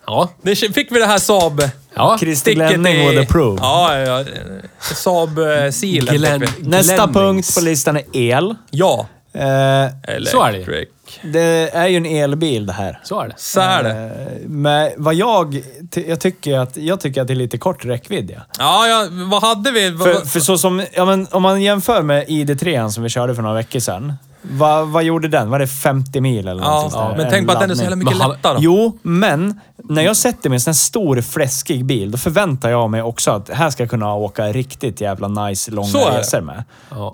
B: Ja.
C: Det fick vi det här Saab-sticket
B: ja.
A: Christer Glenning would approve.
C: Ja, ja, eh, ja. Saab-silen
B: Glenn-
C: fick vi.
A: Nästa
B: Glennings.
A: punkt på listan är el.
C: Ja.
A: Eh,
B: Så är det ju.
C: Electric.
A: det är ju en elbil det här.
B: Så är det.
C: Så är det.
A: Eh, Men vad jag, ty- jag, tycker att, jag tycker att det är lite kort räckvidd. Ja.
C: Ja, ja, vad hade vi? Vad-
A: För, för så som, ja, men, om man jämför med ID3 som vi körde för några veckor sedan. Vad, vad gjorde den? Var det 50 mil eller
C: ja,
A: någonting sånt
C: ja,
A: där?
C: men
A: En
C: tänk på att den är så jävla
A: laddning.
C: mycket
B: Men han-
C: lättare.
A: Jo, men när jag sätter mig i en sån här stor fläskig bil, då förväntar jag mig också att här ska jag kunna åka riktigt jävla nice
C: Så är det.
A: långa resor med.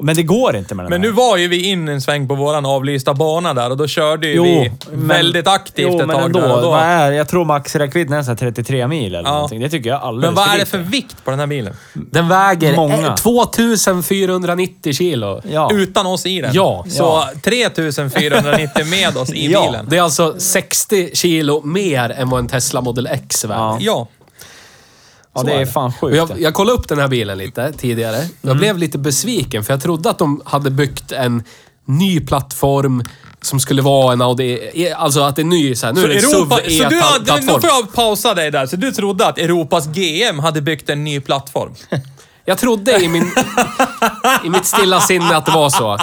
A: Men det går inte med den
C: Men
A: här.
C: nu var ju vi in en sväng på våran avlysta bana där och då körde ju
A: Jo,
C: vi
A: men-
C: väldigt aktivt
A: jo,
C: ett
A: men
C: tag
A: ändå.
C: där. Och
A: Vad
C: då,
A: är, jag tror maxräckvidden är så här 33 mil eller
C: Ja.
A: någonting. Det tycker jag är alldeles
C: men vad
A: för
C: är det
A: lite.
C: för vikt på den här bilen?
B: Den väger
A: Många.
B: 2490 kilo.
A: Ja.
C: Utan oss i den.
B: Ja.
C: Så 3490 med oss i
A: Ja.
C: bilen.
B: Det är alltså 60 kilo mer än vad en Tesla Model X väger.
A: Ja.
C: Ja.
A: Ja,
B: Så
A: det
B: är
A: är
B: det.
A: fan
B: Och
A: sjukt.
B: Jag, jag kollade upp den här bilen lite tidigare.
C: Mm.
B: Jag blev lite besviken för jag trodde att de hade byggt en ny plattform Som skulle vara en Audi... Alltså att det är ny så här, Nu är det en
C: Europa,
B: SUV
C: så du, har- du, nu
B: E-plattform.
C: får jag pausa dig där. Så du trodde att Europas GM hade byggt en ny plattform?
B: Jag trodde i, min, i mitt stilla sinne att det var så.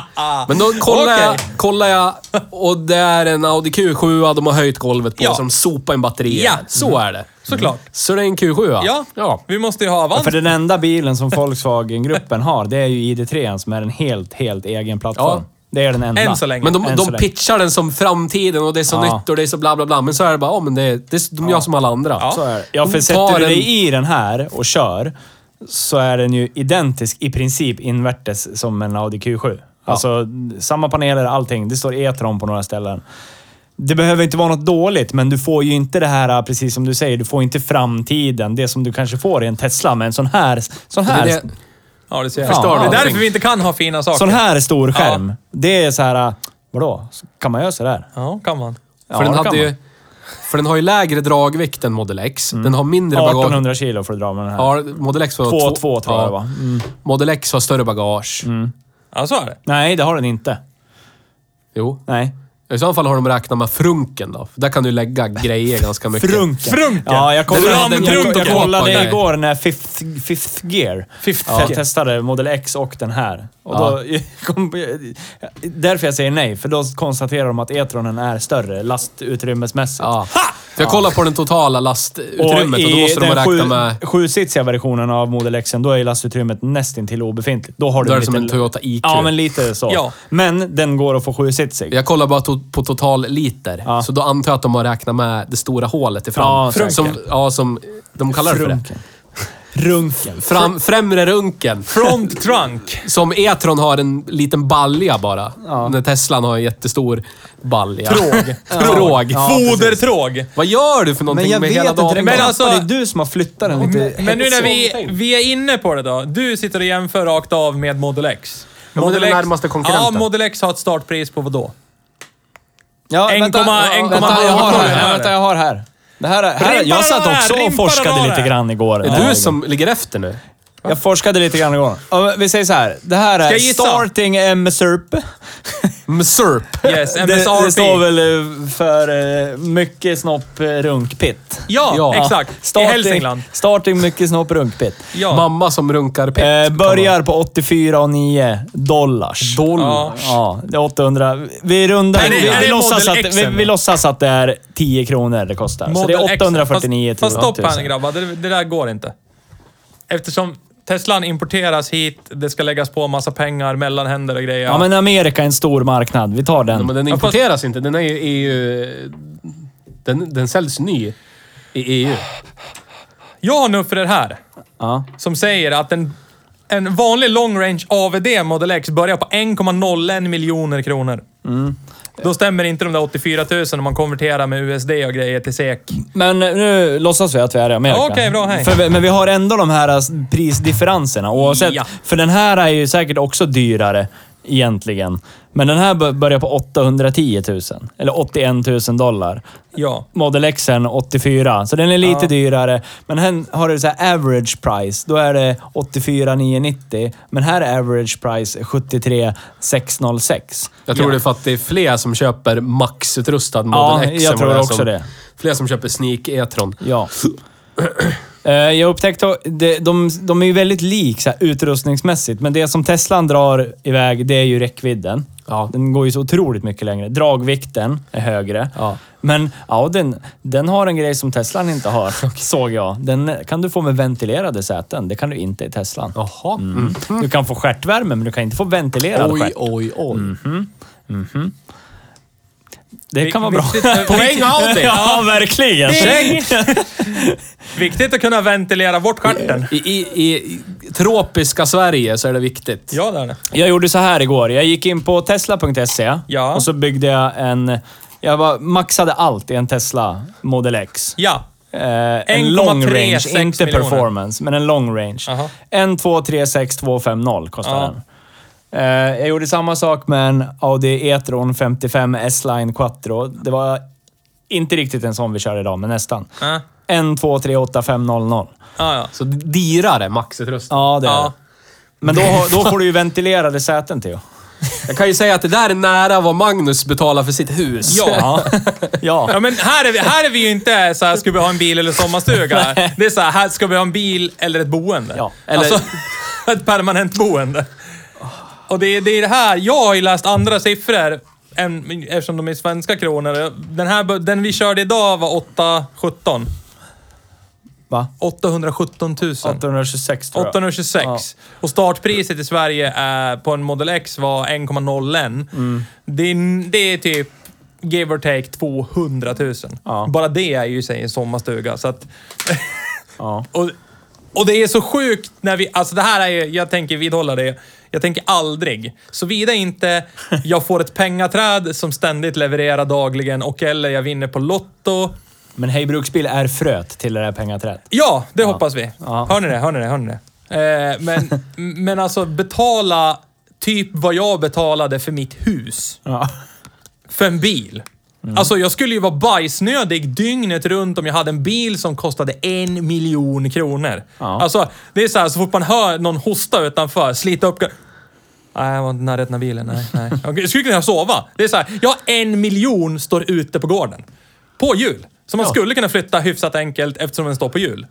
B: Men då kollar, jag,
C: Okej.
B: kollar jag och det är en Audi Q7 de har höjt golvet på
C: Ja.
B: så de sopar in batterier.
C: Ja. Mm.
B: Så är det. Mm.
C: Såklart.
B: Så det är en Q7
C: Ja,
B: ja.
C: vi måste ju ha
A: För
C: Avanza.
A: den enda bilen som Volkswagen-gruppen har, det är ju ID3 som är en helt, helt egen plattform.
B: Ja.
A: Det är den enda.
C: Än så länge.
B: Men de,
A: Än så
B: de
A: länge.
B: pitchar den som framtiden och det är så
A: Ja.
B: nytt och det är så bla bla bla. Men så är det bara, ja men det är, det är, de gör som alla andra.
A: Så är det. Ja, för
B: De tar
A: sätter du
B: en-
A: dig i den här och kör så är den ju identisk i princip invärtes som en Audi Q7. Alltså samma paneler, allting. Det står E-tron på några ställen. Det behöver inte vara något dåligt, men du får ju inte det här, precis som du säger, du får inte framtiden. Det som du kanske får i en Tesla, men en sån här, sån
B: Det är
A: här,
B: det,
C: Ja, det ser jag.
A: Förstår
C: det är
A: du?
C: därför vi inte kan ha fina saker.
A: sån här stor skärm. Det är så här, vadå? Kan man göra sådär?
C: Ja, kan man.
A: Ja,
B: för, den
A: det
B: hade
A: kan
B: ju,
A: man.
B: för den har ju lägre dragvikt än Model X. Den har mindre bagage.
A: 1800 kilo får du dra med den här.
B: Ja, Model X var...
A: Mm. Två-
B: två-
A: två tror jag det var. Mm.
B: Model X har större bagage.
C: Ja, så är det.
A: Nej, det har den inte.
B: Jo.
A: Nej.
B: I så fall har de räknat med frunken då. För där kan du lägga grejer ganska mycket.
A: Frunken.
C: Frunken.
A: Ja, jag
C: Det var
A: kollade,
C: ramen
A: jag, jag,
C: runt och
A: jag
C: kåpan
A: kollade
B: där.
A: igår när fifth, fifth Gear.
C: Fifth
A: ja,
C: Gear.
A: testade Model X och den här. Och då kom, därför jag säger nej, för då konstaterar de att E-tronen är större lastutrymmesmässigt.
B: Ja. För jag kollar på den totala lastutrymmet och, då måste de
A: den
B: räkna
A: sju,
B: med...
A: sjusitsiga versionen av Model X, då är lastutrymmet nästan till obefintligt. Då har du
B: Då är
A: en
B: det som
A: liten-
B: en Toyota IQ.
A: Ja, men lite så.
C: Ja.
A: Men den går att få sjusitsig.
B: Jag kollar bara to på total liter.
A: Ja.
B: Så då antar jag att de har räknat med det stora hålet i fram.
A: Ja,
B: Frunken. som, ja, som de kallar det för det.
A: Frunken. Runken.
B: Fram, främre runken.
C: Front trunk.
B: Som E-tron har en liten balja bara. När Teslan har en jättestor balja. Tråg. Tråg.
C: Fodertråg.
B: Vad gör du för någonting
A: Men jag
B: med
A: vet
B: hela
A: inte,
B: dagen?
A: den
C: Men
A: men
C: alltså-
A: alltså, det är du som har flyttat den lite
C: Men nu när vi,
B: Sånt.
C: vi är inne på det då. Du sitter och jämför rakt av med Model X.
B: Ja, men det är den närmaste konkurrenten.
C: Ja, Model X har ett startpris på vad då?
A: Ja,
C: 1,1,
A: vänta, jag har här. Vänta, jag har här. Det här, är- här jag satt också och
C: Rimpa den
A: forskade
C: här.
A: lite grann igår.
B: Det är du som ligger efter nu.
A: Jag forskade lite grann igår. Ja, men Vi säger så här. Det här
C: Ska
A: är
C: jag gissa?
A: starting MSRP.
B: Msurp.
C: Yes,
A: Det, det står
C: MSRP.
A: väl eh, för eh, mycket snopp eh, runkpitt.
C: Ja,
B: Ja.
C: exakt. I
A: starting,
C: Hälsingland.
A: Starting mycket snopp runkpitt.
C: Ja.
B: Mamma som runkar pitt.
A: Eh, börjar på 84,9 dollars.
C: Ja.
B: Dollar.
A: Ja, det är 800. Vi rundar.
C: Är det-
A: vi,
C: är det
A: vi, låtsas
C: Model
A: att,
C: X
A: vi,
C: eller?
A: vi låtsas att det är 10 kronor det kostar. så det
C: Model
A: är
C: X.
A: 849
C: Fast, fast stopp här
A: 1000.
C: grabbar, det, det där går inte. Eftersom Teslan importeras hit, det ska läggas på massa pengar, mellanhänder och grejer.
A: Ja, men Amerika är en stor marknad. Vi tar den.
B: Ja, men den
C: fast-
B: importeras inte. Den är ju EU... Den, den säljs ny i E EU.
C: Jag har nuffror här
A: Ja.
C: som säger att en, en vanlig long range AVD Model X börjar på 1,01 miljoner kronor. Då stämmer inte de där 84 000 om man konverterar med USD och grejer till SEK.
A: Men eh, nu låtsas vi att vi är i Amerika.
C: Ja, okej, bra, hej.
A: För, vi- men vi har ändå de här alltså, prisdifferenserna. Oavsett,
C: Ja.
A: För den här är ju säkert också dyrare egentligen. Men den här bör- börjar på 810 000. Eller 81 000 dollar.
C: Ja.
A: Model X är en 84, så den är lite dyrare. Men här har du så här average price. Då är det 84 990. Men här är average price 73 606.
B: Jag tror det är för att det är fler som köper maxutrustad
A: Ja,
B: Model X.
A: jag
B: än
A: tror
B: vad är
A: också
B: som,
A: det.
B: Fler som köper Sneak E-tron.
A: Ja. Eh, Jag upptäckte de, de, de är ju väldigt lik så här, utrustningsmässigt, men det som Teslan drar iväg, det är ju räckvidden.
B: Ja.
A: Den går ju så otroligt mycket längre. Dragvikten är högre.
B: Ja.
A: Men ja, den, den har en grej som Teslan inte har, såg jag. Den kan du få med ventilerade säten. Det kan du inte i Teslan.
B: Jaha.
A: Du kan få stjärtvärme, men du kan inte få ventilerad
B: Mm. Oj,
A: stjärt.
B: oj, oj.
A: Det kan vara bra.
C: Viktigt,
B: Poäng Audi!
A: Ja, verkligen!
C: viktigt att kunna ventilera bort stjärten.
B: I, i, I tropiska Sverige så är det viktigt.
C: Ja, där är det.
A: Jag gjorde så här igår. Jag gick in på tesla.se
C: Ja.
A: och så byggde jag en... Jag bara maxade allt i en Tesla Model X.
C: Ja.
A: Eh, en long
C: 1,36
A: range, inte
C: miljoner.
A: performance, men en long range.
C: Aha.
A: 1236-250 kostar
C: Ja.
A: den. Eh, jag gjorde samma sak med en Audi E-tron 55 S-Line Quattro. Det var inte riktigt en sån vi kör idag, men nästan.
C: Ja,
A: 1238-500.
C: ja.
B: Så dyrare maxutrustning.
A: Ja, det är
C: Ja.
A: det. Men då, har- då får du ju ventilerade säten, Theo.
B: Jag kan ju säga att det där är nära vad Magnus betalar för sitt hus.
C: Ja.
A: Ja.
C: Ja, men här är vi, här är vi ju inte så här, ska vi ha en bil eller sommarstuga? Det är så här, här ska vi ha en bil eller ett boende.
A: Ja,
C: eller...
A: eller-
C: Alltså, ett permanent boende. Och det är, det är det här, jag har ju läst andra siffror, än, eftersom de är svenska kronor. Den, här, bör- den vi körde idag var 817.
A: Va?
C: 817 000.
A: 826 tror jag.
C: 826.
A: Ja.
C: Och startpriset i Sverige är, på en Model X var 1,01. Det, är, det är typ give or take 200 000.
A: Ja.
C: Bara det är ju i sig en sommarstuga. Så att,
A: Ja.
C: och, och det är så sjukt när vi... Alltså det här är ju... Jag tänker vidhålla det. Jag tänker aldrig, såvida inte jag får ett pengaträd som ständigt levererar dagligen och eller jag vinner på Lotto.
A: Men Hej Bruksbil är fröet till det där pengaträdet.
C: Ja, det hoppas vi.
A: Ja.
C: Hör ni det? Hör ni det? Hör ni det? Eh, men, men alltså betala typ vad jag betalade för mitt hus.
A: Ja.
C: För en bil.
A: Mm.
C: Alltså jag skulle ju vara bajsnödig dygnet runt om jag hade en bil som kostade en miljon kronor.
A: Ja.
C: Alltså det är så här, så fort man hör någon hosta utanför, slita upp... Nej, jag var inte i närheten av bilen. Nej, nej. Jag skulle kunna sova. Det är så här, jag har en miljon står ute på gården. På jul. Så man skulle kunna flytta hyfsat enkelt eftersom den står på jul.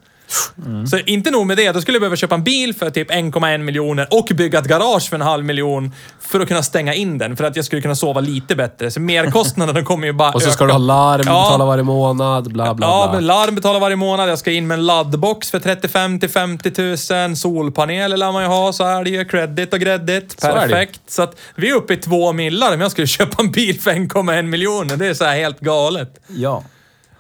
B: Mm.
C: Så inte nog med det, då skulle jag behöva köpa en bil för typ 1,1 miljoner och bygga ett garage för en halv miljon för att kunna stänga in den. För att jag skulle kunna sova lite bättre. Så merkostnaderna kommer ju bara
B: Och så ska
C: öka.
B: du ha larm,
C: Ja.
B: betala varje månad, bla bla
C: Ja,
B: bla.
C: men larm betalar varje månad. Jag ska in med en laddbox för 35 till 50 000. Solpaneler lär man ju ha, så är det ju. Credit och credit.
B: är det ju.
C: Perfekt. Så, att vi är uppe i två millar om jag skulle köpa en bil för 1,1 miljoner. Det är så här helt galet.
A: Ja.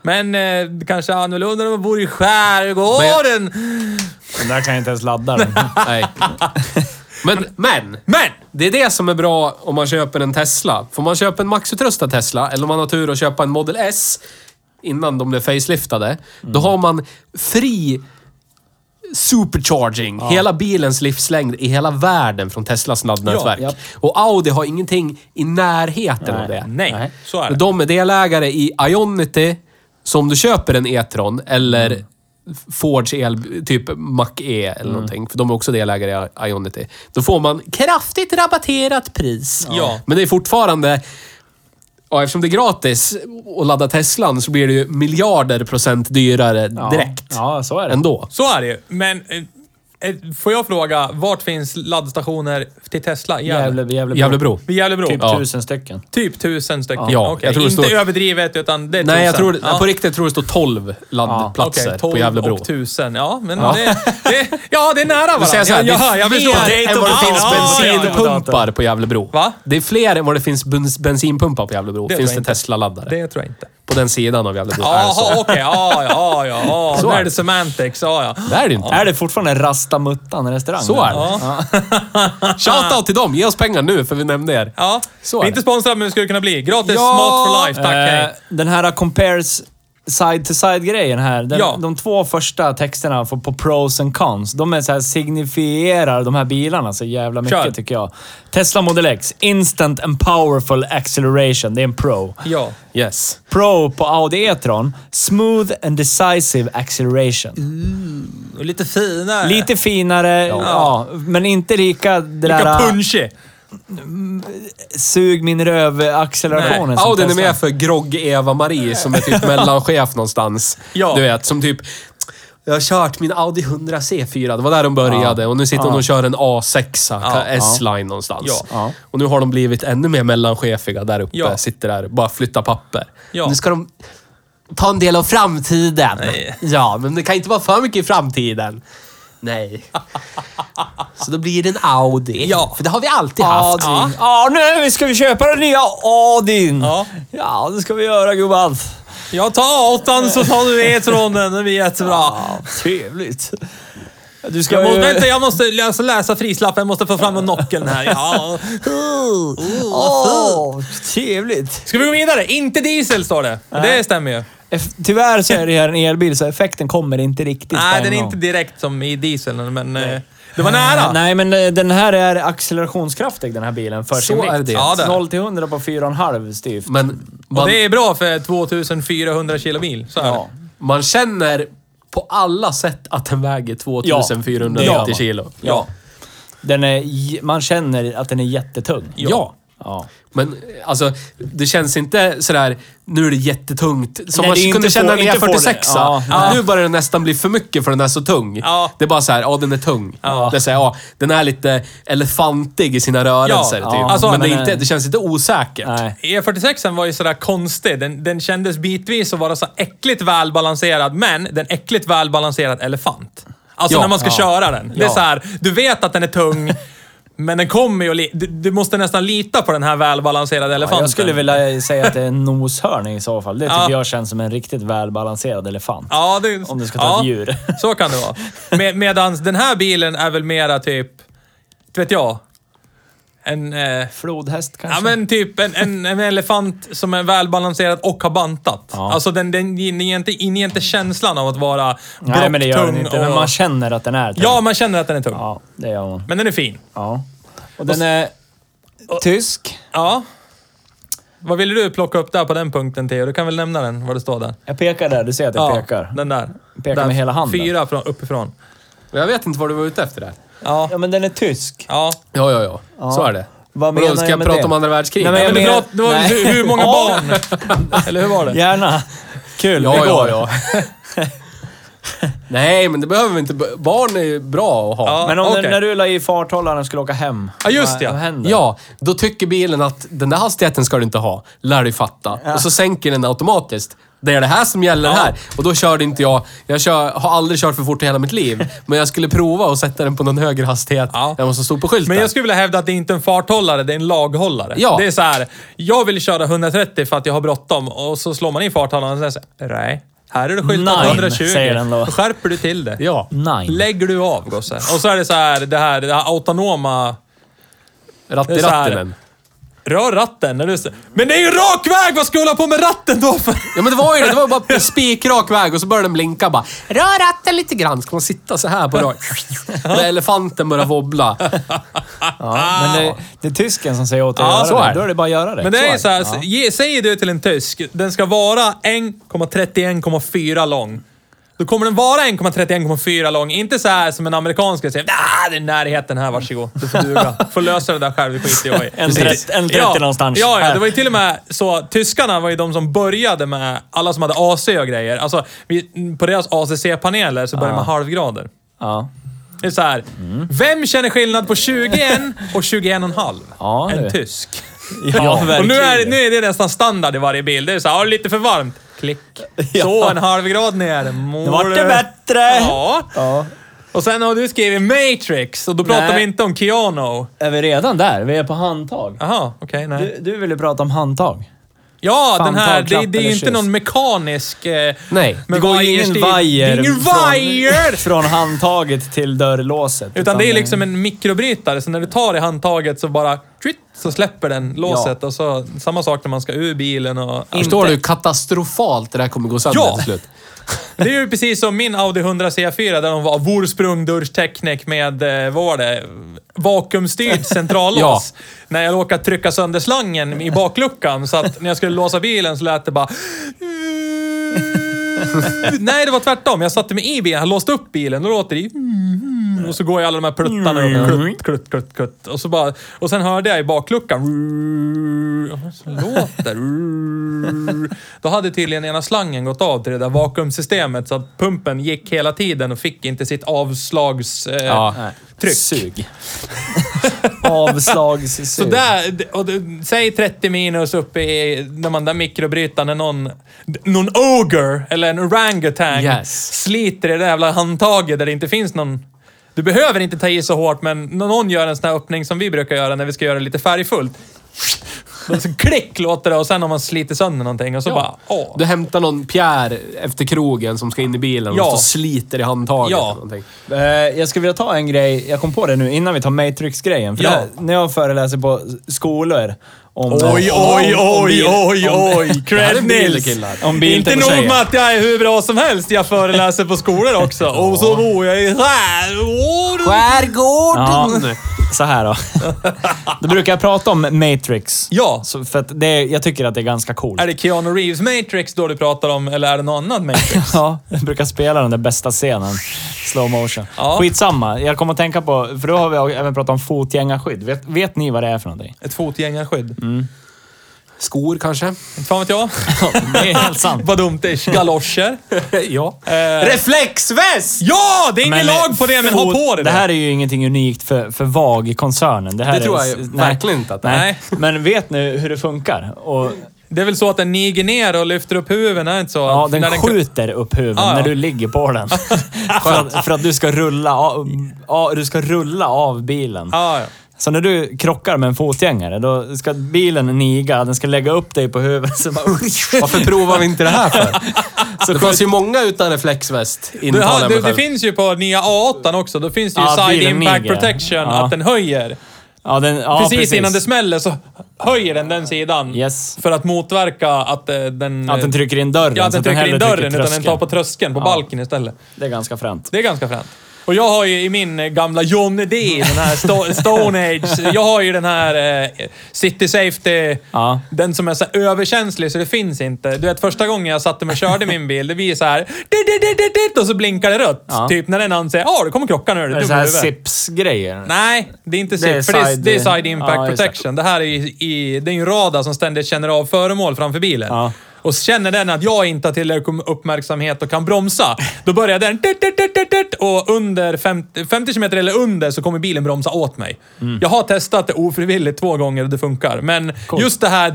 C: Men eh, kanske annorlunda när man bor i skärgården.
A: Den där kan jag inte ens ladda. Den.
B: Nej. Men, men!
C: Men!
B: Det är det som är bra om man köper en Tesla. Får man köpa en maxutrustad Tesla, eller om man har tur att köpa en Model S innan de blev faceliftade, då har man fri supercharging. Hela bilens livslängd i hela världen från Teslas laddnätverk.
A: Ja, japp.
B: Och Audi har ingenting i närheten av
A: Nej.
B: det.
C: Nej,
A: Nej.
C: så är det.
B: De är delägare i Ionity, så om du köper en E-tron eller Fords el, typ Mac-E
C: Mm.
B: eller någonting, för de är också delägare i Ionity. Då får man kraftigt rabatterat pris.
C: Ja.
B: Men det är fortfarande... Ja, eftersom det är gratis att ladda Teslan så blir det ju miljarder procent dyrare
A: Ja.
B: direkt.
A: Ja, så är det.
B: Ändå.
C: Så är det ju. Men eh, eh, får jag fråga, vart finns laddstationer till Tesla? i Gävle?
A: Jävla, jävla,
B: Gävlebro.
C: Vid Gävlebro?
A: Typ
B: Ja.
A: tusen stycken.
C: Typ tusen stycken?
B: Ja,
C: Okej,
B: jag tror det
C: Inte
B: står-
C: överdrivet, utan det är
B: Nej, jag
C: tusen.
B: tror, på riktigt tror det står 12 laddplatser
C: Okej, 12
B: på Gävlebro.
C: och tusen. Ja, men Det, det, ja, det är nära varandra.
B: Du säger såhär,
C: ja, ja,
B: det
C: jag
B: är
C: förstår.
B: fler än vad det finns
C: Ja, ja, ja.
B: bensinpumpar på Gävlebro.
C: Va?
B: Det är fler än vad det finns bens- bensinpumpar på Gävlebro.
C: tror
B: finns
C: jag inte.
B: det Tesla-laddare.
C: Det tror jag inte.
B: På den sidan av Gävlebro är det så.
C: Jaha, okej. Ja, ja, ja. ja.
B: Så
C: Nu är
B: är
C: det
B: det.
C: semantics. Ja, ja.
B: Det är det ju inte.
A: Är det fortfarande Rastamuttan restaurang?
B: Så är det.
C: Ja.
B: Shoutout till dem. Ge oss pengar nu för vi nämnde er.
C: ja.
B: Så
C: vi
B: är
C: är
B: det.
C: inte sponsrade, men vi skulle kunna bli. Gratis
B: Ja.
C: mat for life, tack.
A: Eh,
C: hej.
A: Den här compares side to side-grejen här. Den,
C: Ja.
A: De två första texterna på, på pros and cons, de är så här, signifierar de här bilarna så jävla mycket
C: Kör.
A: tycker jag. Tesla Model X, instant and powerful acceleration. Det är en pro.
C: Ja.
B: Yes.
A: Pro på Audi E-tron, smooth and decisive acceleration.
C: Och lite finare.
A: Lite finare, ja. men inte lika det
C: Lika
A: där
C: punchy.
A: sug min röv-accelerationen som
B: Audin är
A: Tesla.
B: med för Grogg-Eva-Marie som är typ mellanchef någonstans.
C: Ja.
B: Du vet, som typ... Jag har kört min Audi 100 C4. Det var där de började och nu sitter hon och kör en A6 S-line någonstans.
C: Ja.
A: Ja.
B: Och nu har de blivit ännu mer mellanchefiga där uppe.
C: Ja.
B: Sitter där och bara flyttar papper.
C: Ja.
B: Nu ska de ta en del av framtiden. Ja, men det kan inte vara för mycket i framtiden. Nej. Så då blir det en Audi.
C: Ja.
B: För det har vi alltid haft.
A: Audin. Ja. nu ska vi köpa den nya Audin.
C: Ja.
A: ja, det ska vi göra gubban.
C: Jag tar åttan så tar du E-tronen. Det blir jättebra.
A: Ja, trevligt. Du ska
C: Jag måste,
A: ju-
C: vänta, jag måste läsa, läsa prislappen. Jag måste få fram nockeln här. Ja.
A: Åh, trevligt.
C: Ska vi gå vidare? Inte diesel står det. Det stämmer ju.
A: Eff- Tyvärr så är det här en elbil, så effekten kommer inte riktigt på
C: Nej,
A: en
C: den är
A: gång.
C: inte direkt som i dieseln, men eh, det var nära.
A: Nej, men eh, den här är accelerationskraftig den här bilen för
B: Så
A: sin vikt.
B: är det.
C: Ja, det är det.
A: 0 till 100 på 4,5 styvt.
B: Men
C: Och
B: man,
C: det är bra för 2400 kilo mil. Så är
A: Ja.
C: det.
B: man känner på alla sätt att den väger 2490
A: Ja, det gör man.
B: kilo.
A: Ja. Den är, j- man känner att den är jättetung.
B: Ja.
A: Ja.
B: Men alltså, det känns inte sådär, nu är det jättetungt. Som
A: Nej,
B: man
A: det är
B: kunde
A: inte
B: känna
A: få-
B: när jag är
A: inte få det.
B: 46
A: Ja.
B: ja. Nu börjar den nästan bli för mycket för den är så tung.
C: Ja.
B: Det är bara så här, ja den är tung.
A: Ja.
B: Det är så här, ja, den är lite elefantig i sina rörelser.
C: Ja,
B: typ.
A: ja.
C: Alltså,
B: men det,
A: men,
B: är inte,
A: eh,
B: det känns inte osäkert.
A: Nej.
C: E46 var ju sådär konstig. Den, den kändes bitvis att vara så äckligt välbalanserad, men den äckligt välbalanserad elefant. Alltså
B: Ja,
C: när man ska
A: ja.
C: köra den. Det är
A: Ja.
C: så här, du vet att den är tung, men den kommer ju att li- du, du måste nästan lita på den här välbalanserade elefanten.
A: Ja, jag skulle vilja säga att det är en noshörning i så fall. Det tycker
C: Ja.
A: jag känns som en riktigt välbalanserad elefant.
C: Ja, det,
A: Om du ska ta
C: ja,
A: ett djur.
C: Så kan det vara. Med, medans den här bilen är väl mera typ, inte vet jag, en... Eh,
A: Flodhäst kanske?
C: Ja men typ en, en, en elefant som är välbalanserad och har bantat.
A: Ja.
C: Alltså den, den inger inte, inger inte känslan av att vara
A: Nej, men det gör den
C: brocktung
A: inte.
C: och-
A: Men man känner att den är tung.
C: Ja, man känner att den är tung.
A: ja det gör man.
C: Men den är fin.
A: Ja. Och den är tysk.
C: Ja. Vad ville du plocka upp där på den punkten, Theo? Du kan väl nämna den, vad det står där?
A: Jag pekar där, du ser att jag pekar.
C: den där.
A: Pekar
C: där,
A: med hela handen.
C: Fyra från, uppifrån.
B: Och Jag vet inte vad du var ute efter där.
C: Ja.
A: Ja, men den är tysk.
C: Ja.
B: Ja, ja, ja. Så är det.
A: Vad
B: Vadå,
A: menar
B: ska
A: jag
B: jag
A: med
B: prata
A: det?
B: om andra världskriget?
A: Nej, men
C: Nej,
A: jag
C: men det
A: menar-
C: var, det var
A: Nej.
C: hur, hur många
A: Ja.
C: barn? Eller hur var det?
A: Gärna. Kul, det
B: Ja, ja,
A: går.
B: ja. Nej, men det behöver vi inte. Barn är ju bra att ha.
C: Ja.
A: Men om
C: Okej.
A: den, när du la i farthållaren skulle åka hem.
C: Ja, just
A: vad,
C: ja.
A: Vad händer?
B: Ja, då tycker bilen att den där hastigheten ska du inte ha. Lär dig fatta. Och så sänker den automatiskt. Det är det här som gäller
C: Ja.
B: här. Och då körde inte jag... Jag kör, har aldrig kört för fort i hela mitt liv. Men jag skulle prova att sätta den på någon högre hastighet
C: Ja.
B: än vad som stod på skylten.
C: Men jag skulle vilja hävda att det inte är en farthållare, det är en laghållare.
B: Ja.
C: Det är så här, jag vill köra 130 för att jag har bråttom och så slår man in farthållaren och säger så här, nej, här är det skyltat
A: Nej,
C: 120.
A: säger den då.
C: Då skärper du till det.
B: Ja.
A: Nej.
C: Lägger du av gosse. Och så är det så här, det här, det här autonoma...
B: Ratt
C: Det
B: i
C: är så här.
B: ratten.
C: Rör ratten. När du... s- Men det är ju rak väg! Vad ska jag hålla på med ratten då för?
B: Ja men det var ju det. Det var bara spikrak väg och så började den blinka bara. Rör ratten lite grann. Ska man sitta så här på rör? När elefanten börjar wobbla.
A: Ja, men det, det är tysken som säger åt dig
C: Ah. Ja,
A: att
B: så
A: göra det.
B: är det.
A: Då är det bara att göra det.
C: Men det är ju så här,
A: Ja.
C: ge, säger du till en tysk, den ska vara 1,31,4 lång. Då kommer den vara 1,31,4 lång. Inte så här som en amerikansk ska säga ah, det är närheten här, varsågod. Du får duga. får lösa det där själv, det skiter jag i.
A: En
C: Precis.
A: 30 en 30
C: ja,
A: någonstans.
C: Ja, ja,
A: Här.
C: det var ju till och med så. Tyskarna var ju de som började med alla som hade AC och grejer. Alltså, vi, på deras ACC-paneler så började man halvgrader.
A: Ja.
C: Det är så här. Vem känner skillnad på 21 och 21,5?
A: Ja,
C: en
A: du.
C: tysk.
A: Ja,
C: Och nu är,
A: verkligen.
C: nu är det nästan standard i varje bild. Det är så här, "Ja, lite för varmt. Klick. Så,
A: Ja.
C: en halv grad ner.
A: Nu
C: Mår
A: vart det
C: du?
A: bättre!
C: Ja.
A: Ja.
C: Och sen har du skrivit Matrix och då pratar
A: Nej.
C: vi inte om Keanu.
A: Är vi redan där? Vi är på handtag.
C: Jaha, okej, nej.
A: Du, du ville prata om handtag.
C: ja,
A: Fan,
C: den här,
A: tag, klapp
C: det, det är ju
A: eller
C: inte
A: kyss.
C: någon mekanisk... Eh,
B: Nej,
C: med
A: det går
C: vajerstil.
A: ju ingen vajer,
C: Det är ingen
A: Från,
C: vajer!
A: från handtaget till dörrlåset.
C: Utan det är liksom en mikrobrytare, så när du tar i handtaget så bara... twitt, Så släpper den låset och så samma sak när man ska ur bilen och...
B: Förstår du hur katastrofalt det där kommer gå sönder
C: Ja.
B: till slut?
C: Det är ju precis som min Audi 100 C4 där de var Vorsprung-dörrteknik med, eh, vad var det, vakuumstyrd centrallås. När jag råkade trycka sönder slangen i bakluckan så att när jag skulle låsa bilen så lät det bara... Nej, det var tvärtom. Jag satte mig i bilen, jag låste upp bilen, då låter det ju... Och så går jag alla de här pluttarna och klutt, klutt, klutt, klutt. Och, så bara, och sen hörde jag i bakluckan... Så låter det. Då hade tydligen ena slangen gått av till det där vakuumsystemet så att pumpen gick hela tiden och fick inte sitt avslagstryck. Eh, tryck.
A: Sug. Avslagssug.
C: Så där, och du, säg 30 minus uppe i, när man där mikrobrytaren, när någon, någon ogre eller en orangutan
B: Yes.
C: sliter i det där jävla handtaget där det inte finns någon... Du behöver inte ta i så hårt, men när någon gör en sån här öppning som vi brukar göra när vi ska göra det lite färgfullt. Då så klick låter det och sen har man slitit sönder någonting och så bara... Åh.
B: Du hämtar någon Pierre efter krogen som ska in i bilen
C: Ja.
B: och så sliter i handtaget
C: Ja.
B: eller någonting.
A: Eh, Jag skulle vilja ta en grej, jag kom på det nu innan vi tar Matrix-grejen. För
C: Ja.
A: det här, när jag föreläser på skolor om...
C: Oj, oj, oj,
A: bil-
C: oj,
A: om-
C: oj! Cred
B: Om bil,
C: Nils!
B: killar.
A: Om bil
C: Inte
A: på
C: nog
A: tjejer.
C: med att jag är hur bra som helst, jag föreläser på skolor också. Och så bor jag i skärgården!
B: Skärgården!
A: Ja. så här då. Då brukar jag prata om Matrix.
C: Ja.
A: Så för att det, jag tycker att det är ganska coolt.
C: Är det Keanu Reeves Matrix då du pratar om, eller är det någon annan Matrix?
A: Ja, jag brukar spela den där bästa scenen. Slow motion.
C: Ja.
A: Skitsamma. Jag kommer att tänka på, för då har vi även pratat om fotgängarskydd. Vet, vet ni vad det är för någonting?
C: Ett fotgängarskydd.
A: Mm.
B: Skor kanske?
C: Inte fan vet jag.
A: Det är helt sant.
C: Vad dumt ish. Galoscher.
B: ja.
C: Eh,
B: Reflexväst!
C: ja, det är ingen lag på det, men ha
A: fot-
C: på det.
A: eh, Det här är ju ingenting unikt för, för VAG-koncernen. Det, här
B: Det tror
A: är,
B: jag ju verkligen inte att det
A: det
B: är.
A: nej. Men vet ni hur det funkar? Och,
C: Det är väl så att den niger ner och lyfter upp huven, är det inte så?
A: ja, den
C: När
A: skjuter upp huvudet
C: Ja, ja.
A: när du ligger på den. för, att, för att du ska rulla av, ja, du ska rulla av bilen.
C: Ah, Ja, ja.
A: Så när du krockar med en fotgängare, då ska bilen niga, den ska lägga upp dig på huvudet. Så bara,
B: Varför provar vi inte det här för? det fanns ju många utan reflexväst.
C: Du,
B: intalar
C: har,
B: jag
C: det,
B: mig
C: det
B: själv.
C: finns ju på nya A8 också. Då finns det ju
A: Ja,
C: side
A: bilen
C: impact
A: niger.
C: protection,
A: Ja.
C: att den höjer.
A: ja, den, ja,
C: precis, innan det smäller så höjer den den sidan.
A: Yes.
C: För att motverka att eh, den...
A: Att den trycker in dörren.
C: Ja, att
A: så
C: den trycker in
A: hellre
C: dörren utan den
A: tröskeln.
C: tar på tröskeln på balken istället.
A: Det är ganska fränt.
C: Det är ganska fränt. Och jag har ju i min eh, gamla Johnny D, den här Sto- Stone Age, jag har ju den här eh, City Safety,
A: Ja.
C: den som är så här överkänslig så det finns inte. Du vet första gången jag satte mig och körde min bil, det blir så här "Dit-dit-dit-dit-dit", och så blinkar det rött.
A: Ja.
C: Typ när den annan säger ja, du kommer krocka nu. är du
A: Det är
C: dum i
A: så här
C: huvudet."
A: SIPS-grejer.
C: Nej, det är inte
A: Det är
C: SIP, för det är,
A: side-
C: det är side impact
A: Ja, just det.
C: protection. Det här är ju i, det är ju en radar som ständigt känner av föremål framför bilen.
A: Ja.
C: Och känner den att jag inte har tillräcklig uppmärksamhet och kan bromsa, då börjar den tut, tut, tut, tut, tut, och under 50, 50 km eller under så kommer bilen bromsa åt mig.
A: Mm.
C: Jag har testat det ofrivilligt två gånger och det funkar. Men just det här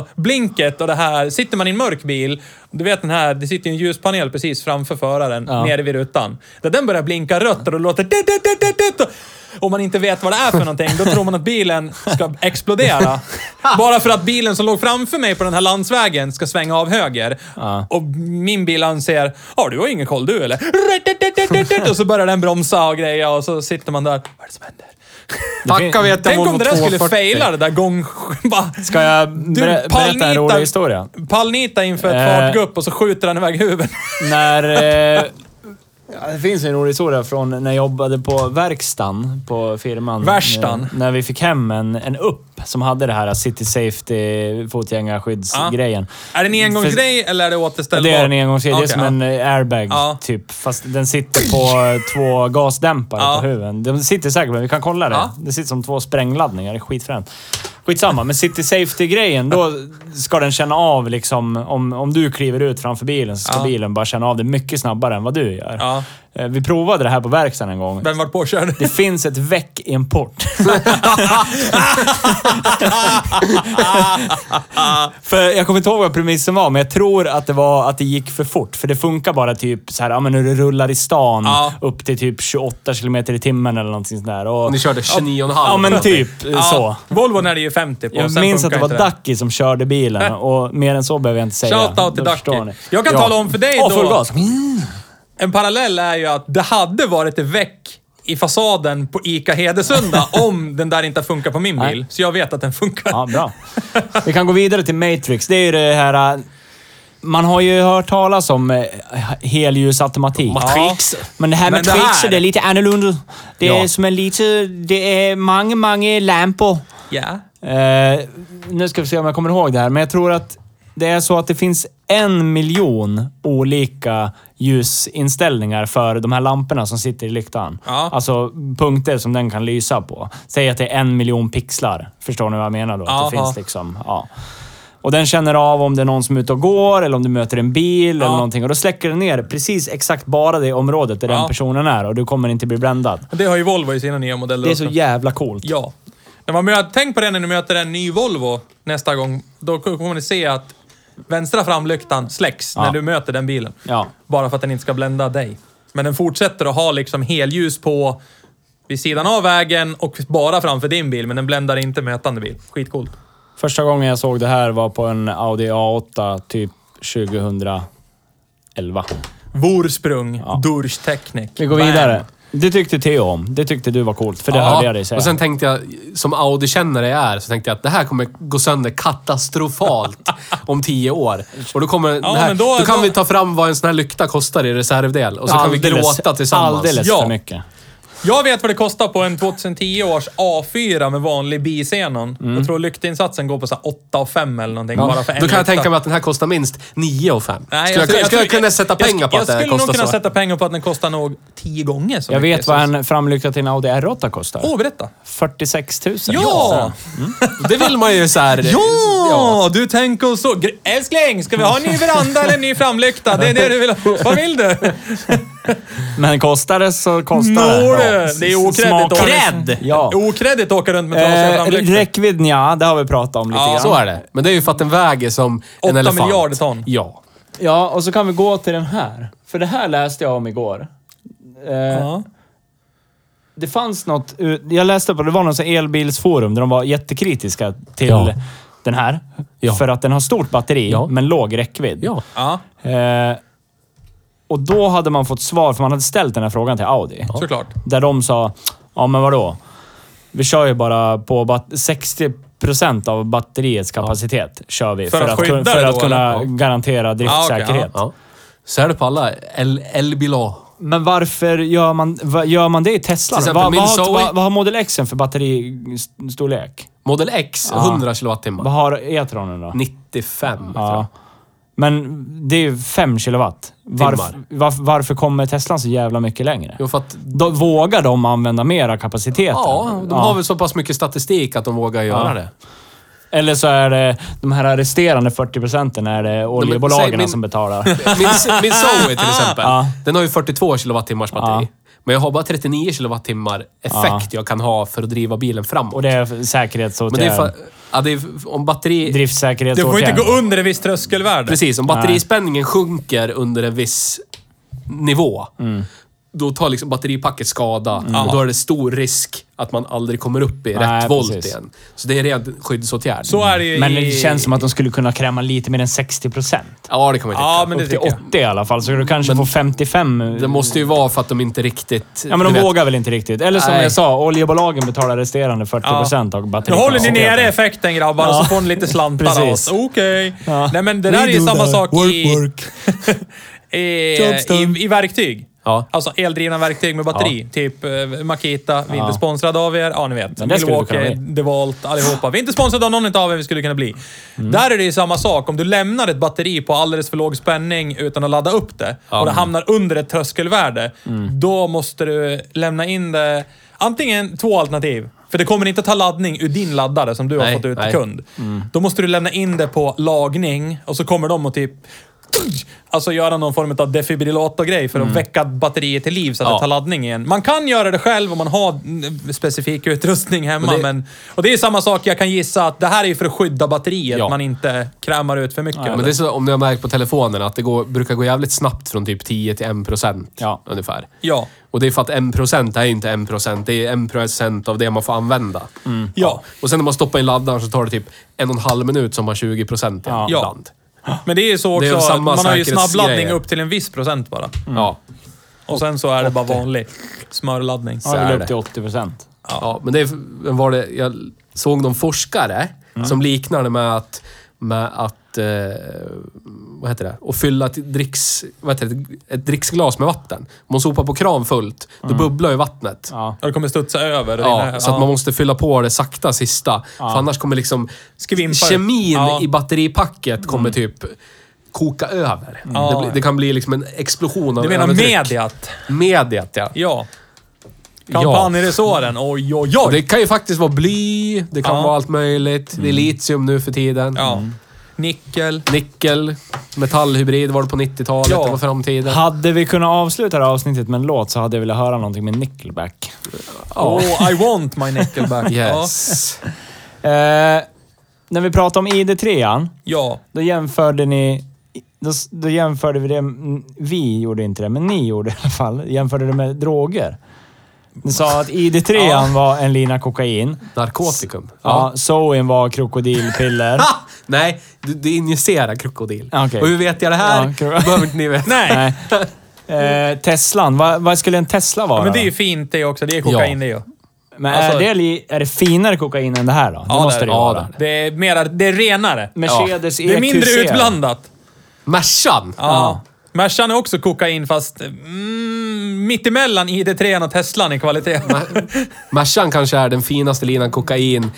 C: disco-blinket och det här, sitter man i en mörk bil, du vet den här, det sitter ju en ljuspanel precis framför föraren,
A: Ja.
C: nere vid rutan. Där den börjar blinka rött och det låter... dit, dit, dit, dit, dit, och- Om man inte vet vad det är för någonting, då tror man att bilen ska explodera. Bara för att bilen som låg framför mig på den här landsvägen ska svänga av höger.
A: Ja.
C: Och min bil anser, ja du har ingen koll du eller? Dit, dit, dit, dit, dit. Och så börjar den bromsa och greja och så sitter man där. Vad är det som händer?
B: Tacka vet jag
C: Tänk om
B: Volvo
C: det där skulle
B: 240.
C: fejla, det där gång... Bara-
A: Ska jag ber- berätta en rolig historia?
C: Palnita inför ett
A: Eh.
C: fartgupp och så skjuter han iväg huvudet.
A: När... Eh, ja, det finns en rolig historia från när jag jobbade på verkstaden på firman.
C: Värstan.
A: Eh, När vi fick hem en, en upp som hade det här City Safety fotgängarskyddsgrejen.
C: Är det en engångsgrej eller är det återställbart?
A: Det är en engångsgrej. Det är
C: Okej,
A: som
C: ja.
A: en eh, airbag,
C: Ja.
A: typ. Fast den sitter på eh, två gasdämpare
C: Ja.
A: på huven. De sitter säkert, men vi kan kolla det.
C: Ja.
A: Det sitter som två sprängladdningar. Det är skitfränt. Skitsamma, men city safety-grejen, då ska den känna av liksom... Om, om du kliver ut framför bilen så ska
C: Ja.
A: bilen bara känna av det mycket snabbare än vad du gör.
C: Ja.
A: Eh, Vi provade det här på verkstaden en gång.
C: Vem vart påkörd?
A: Det finns ett väck i en port. för jag kommer inte ihåg vad premissen var, men jag tror att det var att det gick för fort. För det funkar bara typ så här, ja men när du rullar i stan
C: Ja.
A: upp till typ 28 kilometer i timmen eller någonting sånt där. Och,
B: Ni körde 29,5.
A: ja men typ så.
C: Volvon är det ju 50 på.
A: Jag
C: sen
A: minns att det
C: funkar
A: var
C: inte
A: Ducky som körde bilen och mer än så behöver jag inte säga.
C: Shoutout till
A: Då
C: Ducky.
A: förstår ni.
C: Jag kan tala om för dig
A: Åh,
C: då-
A: full gas.
C: En parallell är ju att det hade varit ett väck i fasaden på ICA Hedesunda om den där inte funkar på min bil.
A: Nej.
C: Så jag vet att den funkar.
A: Ja, bra. Vi kan gå vidare till Matrix. Det är ju det här... äh, Man har ju hört talas om eh, helljusautomatik.
B: Matrix.
A: Men det här med
C: Men det här-
A: Matrix, det är lite annorlunda. Det är
B: Ja.
A: som en liten... Det är många, många lampor.
C: Ja.
A: Eh, nu ska vi se om jag kommer ihåg det här, men jag tror att det är så att det finns en miljon olika ljusinställningar för de här lamporna som sitter i lyktan.
C: Ja.
A: Alltså punkter som den kan lysa på. Säg att det är en miljon pixlar. Förstår ni vad jag menar då? Att det
C: Aha.
A: finns liksom... Ja. Och den känner av om det är någon som är ute och går eller om du möter en bil eller någonting. Och då släcker den ner precis exakt bara det området där
C: Ja.
A: den personen är och du kommer inte bli bländad.
C: Det har ju Volvo i sina nya modeller
A: Det är så
C: också.
A: jävla coolt.
C: Ja. När man möter, tänk på det när ni möter en ny Volvo nästa gång. Då kommer ni se att vänstra framlyktan släcks när
A: Ja.
C: du möter den bilen.
A: Ja.
C: Bara för att den inte ska blända dig. Men den fortsätter att ha liksom helljus på vid sidan av vägen och bara framför din bil, men den bländar inte mötande bil. Skitcoolt.
A: Första gången jag såg det här var på en Audi A8 typ 2011.
C: Vorsprung, ja. Durstechnik.
A: Vi går vidare. Det tyckte Theo om. Det tyckte du var coolt, för det hörde jag dig säga.
B: och sen tänkte jag, som Audi-kännare jag är, så tänkte jag att det här kommer gå sönder katastrofalt om tio år. Och då kommer den här,
C: men då-
B: då, kan
C: då-
B: vi ta fram vad en sån här lykta kostar i reservdel och så kan vi
A: Alldeles-
B: gråta tillsammans.
A: Alldeles
C: Ja.
A: för mycket.
C: Jag vet vad det kostar på en 2010 års A4 med vanlig bisenon. Jag tror lyktinsatsen går på så här 8 och 5 eller någonting. Bara för en
B: Då kan jag
C: lykta.
B: tänka mig att den här kostar minst 9 och 5.
C: Nej,
B: skulle jag,
C: tror-
B: jag, skulle jag
C: tror-
B: kunna sätta
C: jag-
B: pengar på
C: jag,
B: att det här
C: Jag skulle
B: kostar
C: nog kunna
B: så?
C: sätta pengar på att den kostar nog 10 gånger så
A: Jag
C: mycket.
A: vet vad en framlykta till en Audi R8 kostar.
C: Åh, berätta!
A: 46 000.
C: Ja!
B: Det vill man ju såhär...
C: Ja, du tänker så. Gr- Älskling, ska vi ha en ny veranda eller en ny framlykta? Det är det du vill ha. Vad vill du?
A: Men kostar det så kostar
C: Nå
A: det.
C: du! Det är okreddigt.
A: Smakar-
C: Krädd!
A: Ja.
C: Okreddigt att åka runt med trasiga
A: Eh,
C: framlyktor.
A: räckvidd ja, det har vi pratat om lite
C: Ja,
A: grann.
B: Så är det. Men det är ju för att den väger som en
C: Åtta
B: elefant.
C: miljarder ton.
B: Ja.
A: Ja, och så kan vi gå till den här. För det här läste jag om igår. Eh,
C: Ja.
A: Det fanns något, ut- jag läste på, det var någon sån här elbilsforum där de var jättekritiska till
B: Ja.
A: den här.
B: Ja.
A: För att den har stort batteri,
B: Ja.
A: men låg räckvidd.
B: Ja.
C: ja,
A: Eh, och då hade man fått svar, för man hade ställt den här frågan till Audi.
C: såklart.
A: Där de sa, ja men vadå? Vi kör ju bara på bat- 60 procent av batteriets kapacitet. Kör vi
C: För att
A: kun-
C: skydda
A: för
C: det
A: att
C: då,
A: kunna
C: eller?
A: garantera driftsäkerhet.
C: Ja, okej, ja.
B: ja. Så är det på alla el- elbilar.
A: Men varför gör man, va, gör man det i Tesla?
B: Till
A: då?
B: exempel
A: Vad
B: min
A: vad har,
B: Zoe-
A: vad- vad har Model X för batteristorlek?
B: Model X,
A: Ja.
B: 100
A: Vad
B: kilowattimmar.
A: har E-tronen då?
B: 95, tror jag.
A: Ja. Men det är ju 5 kilowatt. Varför,
B: Timmar.
A: varför, varför kommer Teslan så jävla mycket längre?
B: Jo, för att...
A: Då vågar de använda mera kapacitet?
B: Ja, de har väl så pass mycket statistik att de vågar göra
A: Ja.
B: det.
A: Eller så är det de här resterande 40 procenten är det oljebolagen
B: säg min-
A: som betalar.
B: Min, min Zoe till exempel,
A: Ja.
B: den har ju 42 kilowattimmars batteri. Men jag har bara 39 kilowattimmar effekt jag kan ha för att driva bilen framåt.
A: Och det är säkerhetsåtgärd.
B: Men det är för, ja, det är för, om batteri...
C: Du
A: Driftsäkerhetsåtgärd.
C: får inte gå under en viss tröskelvärde.
B: Precis, om batterispänningen sjunker under en viss nivå, då tar liksom batteripacket skada och då är det stor risk att man aldrig kommer upp
A: Nej,
B: i rätt volt
A: precis.
B: igen. Så det är redan skyddsåtgärd.
C: Så är det ju
A: Men
C: i...
A: det känns som att de skulle kunna kräma lite mer än 60 procent.
B: Ja, det kan man ju
C: Ja,
B: tycka.
C: men det
A: Upp till
C: tycker jag.
A: 80 i alla fall, så du kanske får 55.
B: Det måste ju vara för att de inte riktigt...
A: Ja, men de
B: du vet,
A: vågar väl inte riktigt. Eller som
B: Nej.
A: jag sa, oljebolagen betalar resterande 40 procent av
C: Nu håller ni
A: batterikapaciteten.
C: nere effekten grabbar, så får ni lite slantar av oss.
A: Precis.
C: Okej.
A: Ja.
C: Nej men det
A: We
C: där är ju
A: do
C: samma
A: that.
C: sak
A: Work,
C: i,
A: work.
C: i,
A: Jobs
C: i,
A: done.
C: i verktyg.
B: Ja.
C: Alltså eldrivna verktyg med batteri. Typ eh, Makita, vi är inte
A: Ja.
C: sponsrade av er. Ja, ni vet.
A: Men det skulle vi kunna
C: Milwaukee, DeWalt, allihopa. Vi är inte sponsrade av någon utav er vi skulle kunna bli.
B: Mm.
C: Där är det ju samma sak. Om du lämnar ett batteri på alldeles för låg spänning utan att ladda upp det och det hamnar under ett tröskelvärde,
B: Mm.
C: då måste du lämna in det... Antingen två alternativ. För det kommer inte ta laddning ur din laddare som du har
B: Nej,
C: fått ut till
B: nej. Mm.
C: kund. Då måste du lämna in det på lagning och så kommer de och typ... Alltså göra någon form av defibrillator-grej för att väcka batteriet till liv så att
B: Mm. Ja.
C: det tar laddning igen. Man kan göra det själv om man har mm, specifik utrustning hemma.
B: Och det-
C: men, och det är ju samma sak, jag kan gissa att det här är ju för att skydda batteriet.
B: Ja.
C: Man inte krämar ut för mycket.
B: Ja, men det är så, om ni har märkt på telefonen att det går, brukar gå jävligt snabbt från typ 10 till 1 procent
A: Ja.
B: ungefär.
C: ja.
B: Och det är för att 1 procent är ju inte 1 procent. Det är 1 procent av det man får använda.
A: Mm.
C: Ja.
B: Och sen när man stoppar in laddaren så tar det typ en och en halv minut som har 20 procent
A: Ja.
B: ibland.
C: men det är ju så
B: Det är
C: också,
B: ju
C: att
B: samma
C: man har ju snabbladdning
B: säkerhetsgrejer.
C: upp till en viss procent bara.
B: Ja.
C: Och sen så är det bara vanlig smörladdning.
A: Ja, det är
B: Så
A: väl
B: är det.
A: upp till 80 procent.
B: Ja. men det är- men var det... Jag såg någon forskare
C: Mm.
B: som liknade med att... Med att eh, vad heter det? Och fylla ett, dricks, vad heter det? ett dricksglas med vatten. Om man sopar på kran fullt, då bubblar ju vattnet.
C: Och
A: Ja.
C: Mm. det kommer studsa över. och
B: Ja,
C: rinna-
B: så att man måste fylla på det sakta sista. För annars kommer liksom
C: Skvimpa ut.
B: kemin
C: Ja. Mm.
B: i batteripacket kommer typ koka över. Det, blir- det kan bli liksom en explosion av
C: Du menar
B: övertryck.
C: mediat?
B: Mediet, ja.
C: Ja. Kampanjresåren. Oj, oj,
B: Och
C: oj.
B: Det kan ju faktiskt vara bly, det kan
C: Ja. Mm.
B: vara allt möjligt. Det är litium nu för tiden.
C: Ja. Nickel.
B: Nickel, metallhybrid var det på 90-talet,
C: Ja.
B: det var framtiden.
A: Hade vi kunnat avsluta det här avsnittet med en låt så hade jag velat höra någonting med Nickelback.
C: Oh, I want my nickelback.
B: Yes.
A: Eh, när vi pratade om ID3,
C: Ja.
A: då jämförde ni... Då, då jämförde vi det... mm, Vi gjorde inte det, men ni gjorde i alla fall. Jämförde det med droger. Ni sa att ID3 var en lina kokain.
B: Narkotikum.
A: Ja. Zoen var krokodilpiller.
B: Ah! Nej, du, du injicerar krokodil.
A: Ja, okej.
B: Och hur vet jag det här?
A: Ja,
B: Det
A: kro-
B: behöver inte ni veta.
A: Nej. Eh, Teslan, vad, vad skulle en Tesla vara?
C: ja. Men det är
A: då?
C: ju fint det också. Det är kokain
B: Ja.
C: det ju.
A: Men
C: Alltså-
A: är, det, li- är det finare kokain än det här då? Det måste det ju
B: ja,
A: vara.
B: där.
C: Det är, mera, det är renare.
A: Mercedes EQC.
C: Det är mindre utblandat.
B: Mercan?
C: Ja. Mercan är också kokain fast... Mm, mittemellan ID3 och Teslan i kvalitet.
B: Mercan kanske är den finaste linan kokain.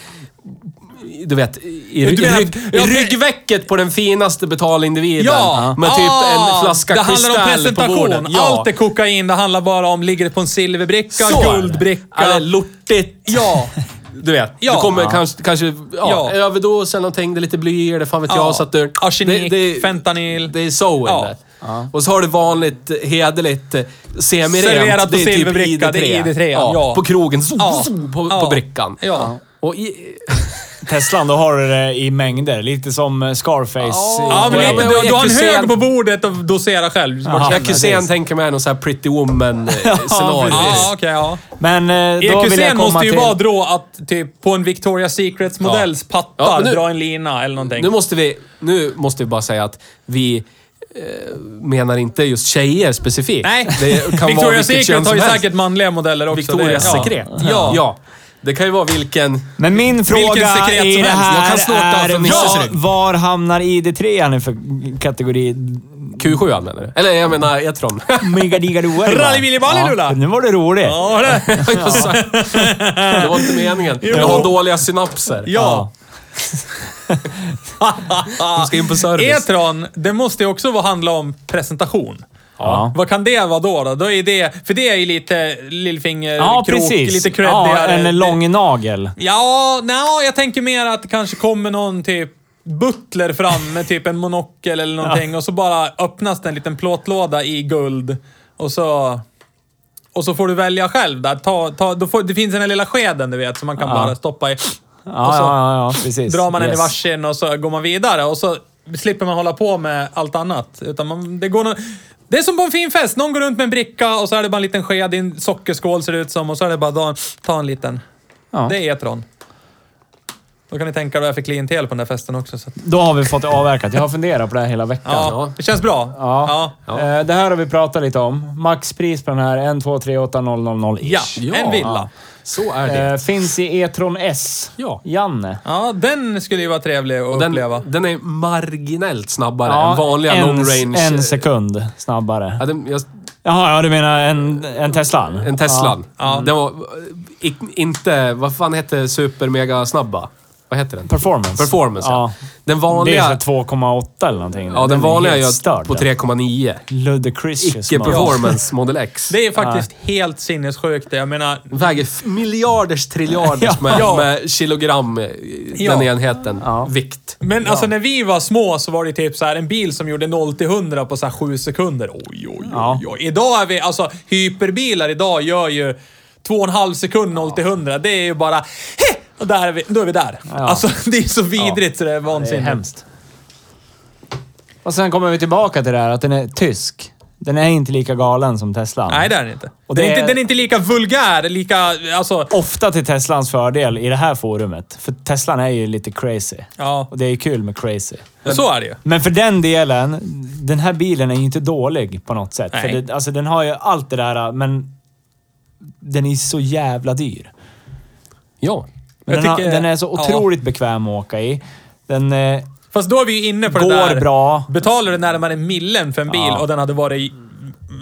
B: Du vet, i, ry-
C: Du menar-
B: i, rygg,
C: ja,
B: i
C: det-
B: ryggväcket på den finaste betalindividen.
C: Ja!
B: Med typ
C: Ah,
B: en flaska
C: Det handlar om
B: kristall på bordet.
C: presentation. Allt är kokain. Det handlar bara om, ligger det på en silverbricka,
B: Så är det.
C: guldbricka?
B: Eller lortigt.
C: Ja.
B: Du vet,
C: Ja.
B: du kommer kanske, kanske ja,
C: Ja.
B: överdosen någonting, det är lite bly eller fan vet
C: Ja.
B: jag. Så att du,
C: Arsenik,
B: det, det,
C: fentanyl.
B: Det är so
C: Ja.
B: ja. det. Och så har du vanligt eh, hederligt eh, semirent.
C: Serverat på
B: det är typ
C: silverbricka, det är ID3,
B: Ja.
C: ja.
B: På krogen. Zoom,
C: Ja.
B: zoom, på,
C: Ja.
B: på brickan.
C: Ja.
B: Och i,
A: Teslan, då har du det i mängder. Lite som eh, Scarface.
C: Ja, men
B: Ja,
C: lite,
B: men
C: du, du har en
B: EQC.
C: hög på bordet och doserar själv.
A: Ja,
B: jag kan se
A: precis.
B: en tänker mig någon sån här pretty eh, woman-scenario.
C: Ja, okej, ja.
A: Men eh, då vill jag
C: EQC E
A: komma
C: måste ju
A: till...
C: vara då att typ på en Victoria's Secrets-modells pattar
B: Ja, men nu-
C: dra en lina eller någonting.
B: Nu måste, vi, nu måste vi bara säga att vi eh, menar inte just tjejer specifikt.
C: Nej,
B: Det kan vara
C: Victoria's
B: vilket kön
C: Secret har
B: som
C: ju
B: helst.
C: säkert manliga modeller också.
B: Victoria's
C: Det- ja.
B: sekret.
C: Ja.
B: ja. Det kan ju vara vilken...
A: Men min fråga
C: sekret
A: i
C: som helst.
A: det här
B: Jag kan snorta
A: är
B: från Nisses
A: var,
B: rygg.
A: var hamnar ID3 i för kategori?
B: Q7 menar du? Eller jag menar E-tron.
A: Migadigadoa.
C: Rallybillibalilula.
A: Nu var det roligt.
C: Ja, det.
B: Jag sa- det var inte meningen. Jag har dåliga synapser.
C: Ja.
B: De ska in på service.
C: E-tron, det måste ju också vara- handla om presentation.
A: Ja.
C: Vad kan det vara då? då? då är det, för det är ju lite lillfinger,
A: Ja,
C: krok,
A: precis.
C: lite
A: ja,
C: creddigare.
A: en lång nagel.
C: Ja, no, jag tänker mer att det kanske kommer någon typ butler fram med typ en monokel eller någonting och så bara öppnas det en liten plåtlåda i guld och så... Och så får du välja själv där. Ta, ta, då får, det finns den här lilla skeden du vet som man kan bara stoppa i.
A: Ja,
C: och så
A: ja, ja, ja, precis.
C: drar man den i
A: Yes.
C: varsin och så går man vidare och så slipper man hålla på med allt annat. Utan man, det, går nå- det är som på en fin fest. Någon går runt med en bricka och så är det bara en liten sked i en sockerskål ser det ut som och så är det bara ta en, ta en liten.
A: Ja.
C: Det är etron. Då kan ni tänka vad jag fick klientel på den där festen också. Så att,
A: Då har vi fått det avverkat. Jag har funderat på det här hela veckan.
C: ja, det känns bra.
A: Ja. Eh, Det här har vi pratat lite om. Maxpris på den här 1, 2, 3, 8, 0, 0, 0 ish.
C: Ja. en villa.
B: Så är det.
A: Eh, finns i E-tron S.
B: Ja.
A: Janne.
C: Ja, den skulle ju vara trevlig att
B: Den,
C: uppleva.
B: den är marginellt snabbare än vanliga
A: en,
B: long range.
A: En sekund snabbare.
B: Ja, den, jag,
A: Jaha, ja, du menar en, en Teslan?
B: en Teslan. Den var i, inte... Vad fan hette super mega snabba? Vad heter den?
A: Performance.
B: Performance, ja.
A: Ja.
B: Den
A: Ja. Det
B: vanliga...
A: är så 2,8 eller någonting.
B: ja, den
A: är
B: vanliga
A: helt
B: gör
A: störd.
B: på 3,9.
A: Ludicrous.
B: Icke performance Model X.
C: Det är faktiskt helt sinnessjukt det. Jag menar,
B: väger f- miljarders triljarders
A: Ja.
B: med,
C: Ja.
B: med kilogram, eh,
C: Ja.
B: den enheten,
A: Ja.
B: vikt.
C: Men alltså när vi var små så var det typ så här en bil som gjorde 0 till 100 på så här 7 sekunder. Oj, oj, oj,
A: Ja.
C: oj. Idag är vi, alltså hyperbilar idag gör ju 2,5 sekund 0 till 100. Det är ju bara "Heh!" och där är vi, då är vi där. Alltså det är så vidrigt så det är
A: Det är
C: vansinnigt.
A: Eh, hemskt. Och sen kommer vi tillbaka till det här att den är tysk. Den är inte lika galen som Teslan.
C: Nej, det är den inte.
A: Och
C: den, är
A: det
C: inte
A: är-
C: den är inte lika vulgär, lika, alltså...
A: Ofta till Teslans fördel i det här forumet. För Teslan är ju lite crazy.
C: Ja,
A: Och det är ju kul med crazy.
C: så är det ju.
A: Men för den delen, den här bilen är ju inte dålig på något sätt. För
C: Nej.
A: det, alltså, den har ju allt det där, men den är ju så jävla dyr.
B: Ja.
A: Men
C: Jag
A: den, har,
C: tycker-
A: den är så
C: ja.
A: otroligt bekväm att åka i. Den... Eh,
C: Fast då är vi ju inne på
A: Går
C: det där.
A: bra.
C: Betalar du närmare millen för en bil
A: Ja.
C: och den hade varit...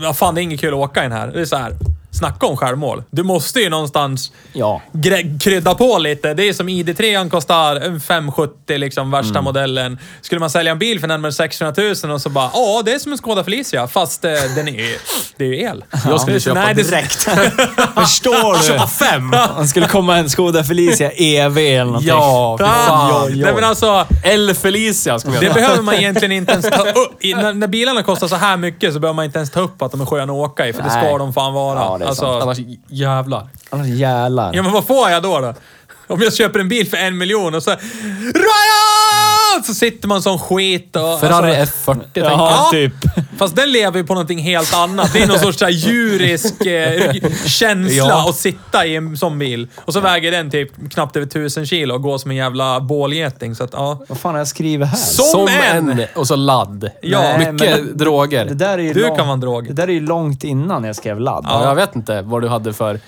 C: Ja, fan, det är inget kul att åka i den här. Det är så här. Snacka om självmål. Du måste ju någonstans
A: ja.
C: gre- krydda på lite. Det är som ID3 an kostar en 570, liksom värsta
B: Mm.
C: modellen. Skulle man sälja en bil för närmare 600 000 och så bara, ja, det är som en Skoda Felicia, fast eh, den är ju, det är ju el.
B: Jag skulle
C: Det är-
B: köpa
C: det-
B: direkt.
A: Förstår du?
B: Köpa fem!
A: Han skulle komma en Skoda Felicia EV eller någonting.
B: Ja, fy
C: Ah,
B: fan.
C: nej men alltså,
B: Eller Felicia skulle jag
C: det
B: säga.
C: behöver man egentligen inte ens ta upp. I, när, när bilarna kostar så här mycket så behöver man inte ens ta upp att de är sköna att åka i, för det ska
A: Nej.
C: de fan vara.
A: Ja, det är sant.
C: alltså,
B: Annars jävlar.
A: Annars jävlar.
C: ja, men vad får jag då? då? Om jag köper en bil för en miljon och så... Riot! Så sitter man som skit och...
B: Ferrari
C: alltså-
B: F40 tänker jag.
A: Ja,
C: Ja.
A: typ.
C: Fast den lever ju på någonting helt annat. Det är någon sorts så här djurisk eh, känsla
B: Ja.
C: att sitta i en sån bil. Och så väger den typ knappt över tusen kilo och går som en jävla bålgeting. Så att, ja.
A: Vad fan har jag skrivit här?
C: Som, en!
B: Och så ladd.
C: Ja.
A: Nej,
B: Mycket
A: men-
B: droger.
A: Det där är ju
C: Du
A: långt,
C: kan vara en drog.
A: Det där är ju långt innan jag skrev ladd.
B: ja, jag vet inte vad du hade för...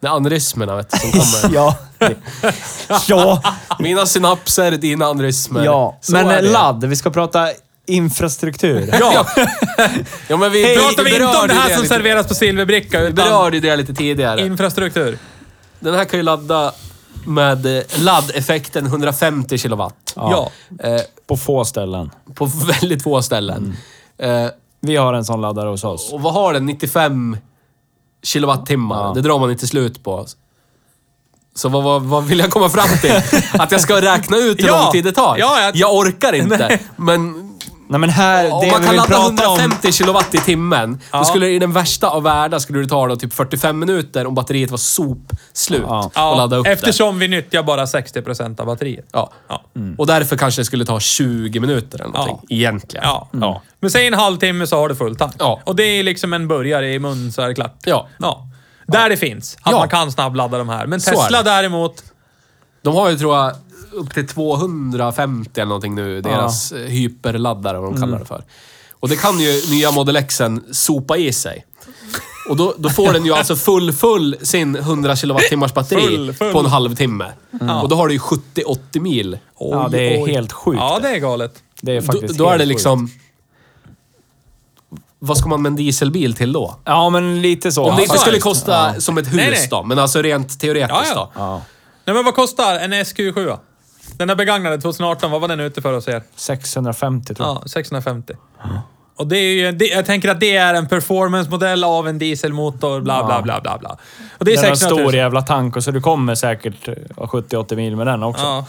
B: Det är aneurysmerna vet du, som kommer.
A: Ja. ja.
B: Mina synapser, dina aneurysmer.
A: ja.
B: Så
A: Men
B: är det.
A: eh, ladd, vi ska prata infrastruktur.
B: Ja. ja, men vi,
A: Hej.
B: vi
C: Pratar vi inte om
B: berörde
C: det här som
B: lite,
C: serveras på silverbricka,
B: Vi
C: utan
B: berörde ju det lite tidigare.
C: infrastruktur.
B: Den här kan ju ladda med eh, laddeffekten 150 kilowatt.
C: Ja.
B: Eh,
A: På få ställen.
B: på väldigt få ställen.
A: Mm.
B: Eh,
A: Vi har en sån laddare hos oss.
B: och vad har den? 95 kilowattimmar.
A: Ja.
B: Det drar man inte slut på. Så vad, vad, vad vill jag komma fram till? Att jag ska räkna ut hur
C: Ja.
B: lång tid det tar?
C: Ja, jag-
B: orkar inte. Men
A: Nej men här,
B: om
A: det
B: man
A: vi
B: kan
A: vill
B: ladda
A: prata om...
B: 150 kilowatt i timmen, då skulle det i den värsta av världar skulle det ta då typ 45 minuter om batteriet var sopslut
A: Ja.
B: och ladda upp det.
C: eftersom vi nyttjar bara 60% av batteriet.
B: Ja.
C: Ja.
B: Mm. Och därför kanske det skulle ta 20 minuter eller någonting,
C: Ja.
B: egentligen.
C: Ja.
B: Ja.
C: Men säg en halvtimme så har du full tank.
B: Mm. Ja.
C: Och det är liksom en börjare i mun så är det klart.
B: Ja.
C: Där det finns. Att
B: Ja.
C: man kan snabbladda de här. Men
B: Så
C: Tesla
B: är det.
C: däremot.
B: De har ju, tror jag, upp till 250 eller någonting nu, deras eh, hyperladdare, vad de
C: Mm.
B: kallar det för. Och det kan ju nya Model Xen sopa i sig. Och då, då får den ju alltså full, full sin 100 kilowattimmars batteri
C: Full, full. Mm.
B: på en halvtimme. Och då har du ju 70-80 mil.
A: Ja, det är helt sjukt.
C: Ja, det är galet.
A: Det är
B: Då,
A: faktiskt
B: då är
A: helt
B: det
A: sjukt.
B: liksom... Vad ska man med en dieselbil till då?
A: Ja, men lite så.
B: Om det inte
C: så
B: skulle
C: är det.
B: kosta som ett hus
C: Nej, nej.
B: då, men alltså rent teoretiskt
C: Ja, ja.
B: då.
A: Ja,
C: Nej, men vad kostar en SQ7? Den där begagnade 2018, vad var den ute för hos er?
A: 650 tror jag.
C: Ja, 650. Och det är ju, det, jag tänker att det är en performance-modell av en dieselmotor, bla bla bla bla. bla. Och det är
A: Den har
C: 600 000.
A: stor jävla tank och så du kommer säkert eh, 70-80 mil med den också. Ja.
C: Ja.